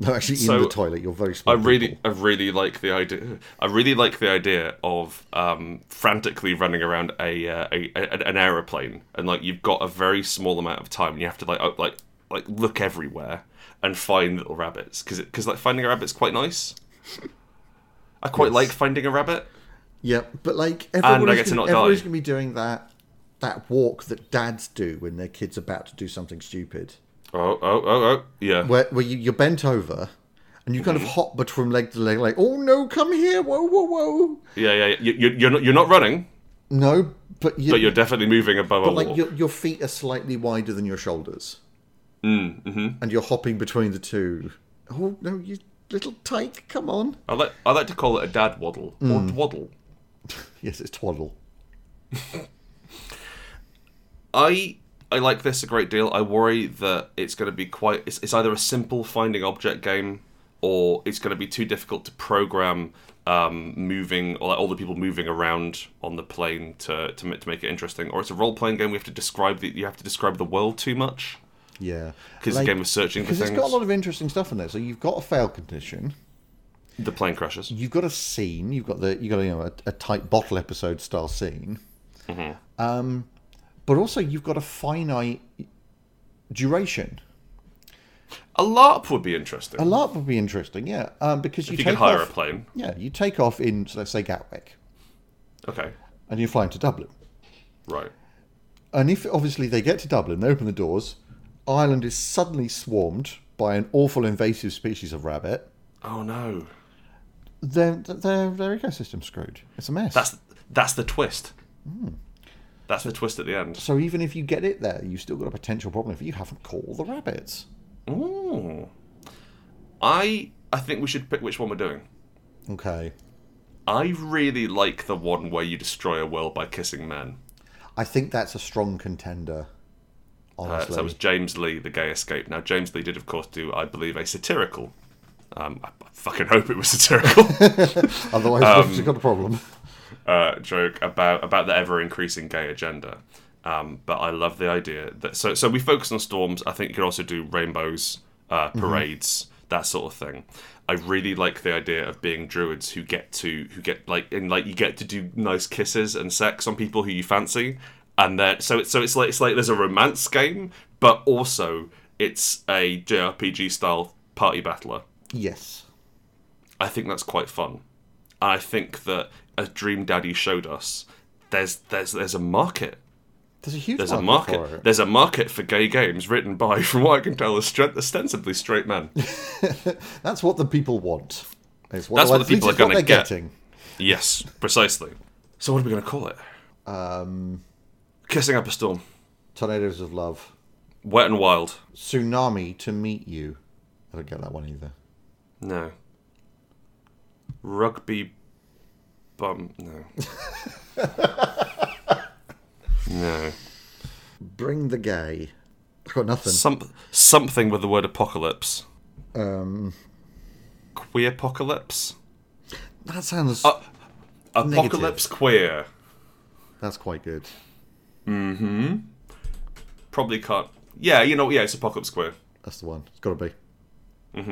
Speaker 2: no, actually in
Speaker 1: So,
Speaker 2: the toilet. You're very
Speaker 1: I
Speaker 2: small.
Speaker 1: really,
Speaker 2: people.
Speaker 1: I really like the idea. I really like the idea of um, frantically running around a, uh, a, a an aeroplane, and like you've got a very small amount of time, and you have to like oh, like like look everywhere and find little rabbits because because like finding a rabbit's quite nice. I quite like finding a rabbit.
Speaker 2: yeah, but like everybody's
Speaker 1: get to
Speaker 2: gonna,
Speaker 1: not
Speaker 2: everybody's
Speaker 1: die.
Speaker 2: gonna be doing that. that walk that dads do when their kid's about to do something stupid,
Speaker 1: Oh, oh, oh, oh. Yeah.
Speaker 2: where, where you, you're bent over and you kind
Speaker 1: Mm-hmm.
Speaker 2: of hop but from leg to leg, like, oh no, come here, whoa, whoa, whoa.
Speaker 1: Yeah, yeah. yeah. You, you, you're, not, you're not running,
Speaker 2: No, but, you,
Speaker 1: but you're definitely moving above a
Speaker 2: but like
Speaker 1: wall.
Speaker 2: your, your feet are slightly wider than your shoulders. Mm, mm-hmm. And you're hopping between the two. Oh no, you little tyke, come on.
Speaker 1: I, like, I like to call it a dad waddle
Speaker 2: Mm.
Speaker 1: or twaddle.
Speaker 2: Yes, it's twaddle.
Speaker 1: I I like this a great deal. I worry that it's going to be quite. It's, it's either a simple finding object game, or it's going to be too difficult to program um, moving or like all the people moving around on the plane to to, ma- to make it interesting. Or it's a role playing game. We have to describe the you have to describe the world too much
Speaker 2: Yeah.
Speaker 1: because
Speaker 2: Like-
Speaker 1: the game is searching for
Speaker 2: Because
Speaker 1: things.
Speaker 2: it's got a lot of interesting stuff in there. So you've got a fail condition.
Speaker 1: the plane crashes.
Speaker 2: You've got a scene. You've got the you have got you know a, a tight bottle episode style scene.
Speaker 1: Mm-hmm.
Speaker 2: Um, but also you've got a finite duration.
Speaker 1: A LARP would be interesting.
Speaker 2: A LARP would be interesting, yeah, um, because you,
Speaker 1: if you
Speaker 2: take
Speaker 1: could hire
Speaker 2: off,
Speaker 1: a plane.
Speaker 2: Yeah, you take off in so let's say Gatwick,
Speaker 1: Okay,
Speaker 2: and you're flying to Dublin.
Speaker 1: right.
Speaker 2: And if obviously they get to Dublin, they open the doors. Ireland is suddenly swarmed by an awful invasive species of rabbit.
Speaker 1: Oh no,
Speaker 2: Their their their ecosystem's screwed. It's a mess.
Speaker 1: that's that's the twist.
Speaker 2: Hmm.
Speaker 1: That's the twist at the end.
Speaker 2: So even if you get it there, you've still got a potential problem if you haven't caught the rabbits.
Speaker 1: Ooh. I I think we should pick which one we're doing.
Speaker 2: Okay.
Speaker 1: I really like the one where you destroy a world by kissing men.
Speaker 2: I think that's a strong contender.
Speaker 1: Uh,
Speaker 2: Honestly.
Speaker 1: so that was James Lee, The Gay Escape. Now, James Lee did, of course, do, I believe, a satirical. Um, I, I fucking hope it was satirical.
Speaker 2: Otherwise, we've
Speaker 1: Um,
Speaker 2: obviously got a problem.
Speaker 1: uh, joke about about the ever increasing gay agenda. Um, but I love the idea that so so we focus on storms. I think you could also do rainbows, uh, parades, that sort of thing. I really like the idea of being druids who get to who get like and like you get to do nice kisses and sex on people who you fancy, and that so it's so it's like it's like there's a romance game, but also it's a JRPG style party battler.
Speaker 2: Yes.
Speaker 1: I think that's quite fun. And I think that as Dream Daddy showed us, there's there's there's a market.
Speaker 2: There's a huge
Speaker 1: There's a
Speaker 2: market
Speaker 1: market.
Speaker 2: for it.
Speaker 1: There's a market for gay games written by, from what I can tell, ostre- ostensibly straight men.
Speaker 2: That's what the people want. It's
Speaker 1: That's what
Speaker 2: at
Speaker 1: the
Speaker 2: least
Speaker 1: people are
Speaker 2: it's what
Speaker 1: gonna
Speaker 2: they're
Speaker 1: get.
Speaker 2: getting.
Speaker 1: yes, precisely. So what are we going to call it?
Speaker 2: Um,
Speaker 1: Kissing up a storm,
Speaker 2: tornadoes of love,
Speaker 1: wet and wild.
Speaker 2: tsunami to meet you. I don't get that one either.
Speaker 1: No. Rugby bum. No. no.
Speaker 2: Bring the gay. I've got nothing.
Speaker 1: Some something with the word apocalypse.
Speaker 2: Um,
Speaker 1: Queer apocalypse.
Speaker 2: that sounds.
Speaker 1: Uh, Apocalypse queer.
Speaker 2: that's quite good.
Speaker 1: Probably can't. Yeah, you know, yeah, it's Apocalypse Queer.
Speaker 2: That's the one. It's got to be.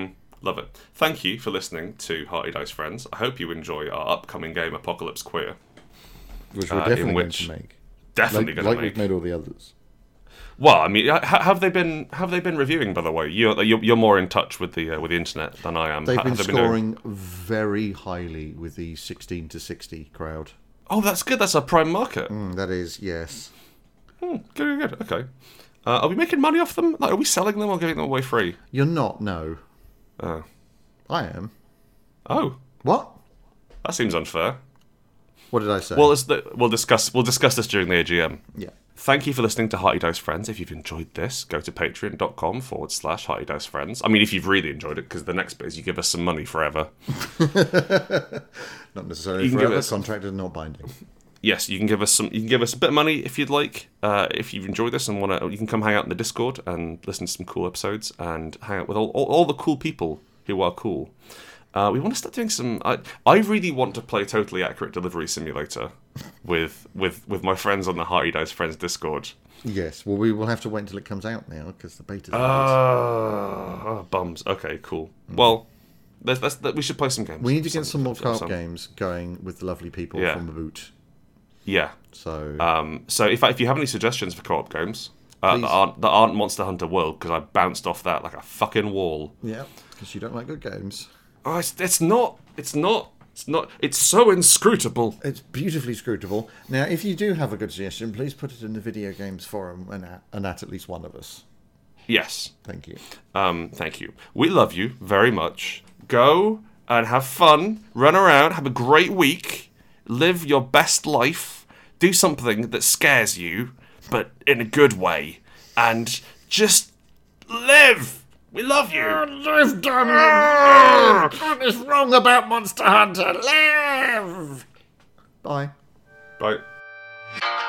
Speaker 1: Love it. Thank you for listening to Hearty Dice Friends. I hope you enjoy our upcoming game, Apocalypse Queer.
Speaker 2: Which we're
Speaker 1: Uh, in
Speaker 2: definitely
Speaker 1: which-
Speaker 2: going to make.
Speaker 1: Definitely
Speaker 2: Like,
Speaker 1: gonna
Speaker 2: like
Speaker 1: make.
Speaker 2: we've made all the others.
Speaker 1: Well, I mean, ha- have they been have they been reviewing? By the way, you're you're, you're more in touch with the uh, with the internet than I am.
Speaker 2: They've
Speaker 1: Ha-
Speaker 2: been
Speaker 1: have they doing-
Speaker 2: scoring very highly with the 16 to 60 crowd.
Speaker 1: Oh, that's good. That's our prime market.
Speaker 2: Mm, that is, yes.
Speaker 1: Hmm, good, good, good. Okay. Uh, are we making money off them? Like, are we selling them or giving them away free?
Speaker 2: You're not, no.
Speaker 1: Oh.
Speaker 2: I am.
Speaker 1: Oh,
Speaker 2: What?
Speaker 1: that seems unfair.
Speaker 2: What did I say?
Speaker 1: Well, it's the, we'll discuss we'll discuss this during the AGM.
Speaker 2: yeah.
Speaker 1: Thank you for listening to Hearty Dice Friends. If you've enjoyed this, go to patreon.com forward slash Hearty Dice Friends. I mean, if you've really enjoyed it, because the next bit is you give us some money forever.
Speaker 2: Not necessarily
Speaker 1: You can give
Speaker 2: forever.
Speaker 1: us-
Speaker 2: Contracted and not binding.
Speaker 1: Yes, you can give us some. You can give us a bit of money if you'd like. Uh, if you've enjoyed this and want to, you can come hang out in the Discord and listen to some cool episodes and hang out with all, all, all the cool people who are cool. Uh, we want to start doing some. I, I really want to play Totally Accurate Delivery Simulator with with with my friends on the Hearty Dice Friends Discord.
Speaker 2: Yes. Well, we will have to wait until it comes out now because the beta's out.
Speaker 1: Ah, oh, bums. Okay, cool. Well, that's, that's, that, we should play some games.
Speaker 2: Mm. We need to get some more
Speaker 1: some-
Speaker 2: carp games going with the lovely people
Speaker 1: Yeah.
Speaker 2: from the boot.
Speaker 1: Yeah.
Speaker 2: So
Speaker 1: Um, so if if you have any suggestions for co-op games uh,
Speaker 2: Please.
Speaker 1: that aren't that aren't Monster Hunter World, because I bounced off that like a fucking wall.
Speaker 2: yeah, because you don't like good games.
Speaker 1: Oh, it's, it's not. It's not It's not. It's so inscrutable.
Speaker 2: It's beautifully scrutable. Now, if you do have a good suggestion, please put it in the video games forum and at, and at at least one of us.
Speaker 1: Yes.
Speaker 2: Thank you.
Speaker 1: Um, thank you. We love you very much. Go and have fun. Run around. Have a great week. Live your best life. Do something that scares you, but in a good way. And just live. We love you.
Speaker 4: Live, damn it! What is wrong about Monster Hunter? Live!
Speaker 2: Bye.
Speaker 1: Right.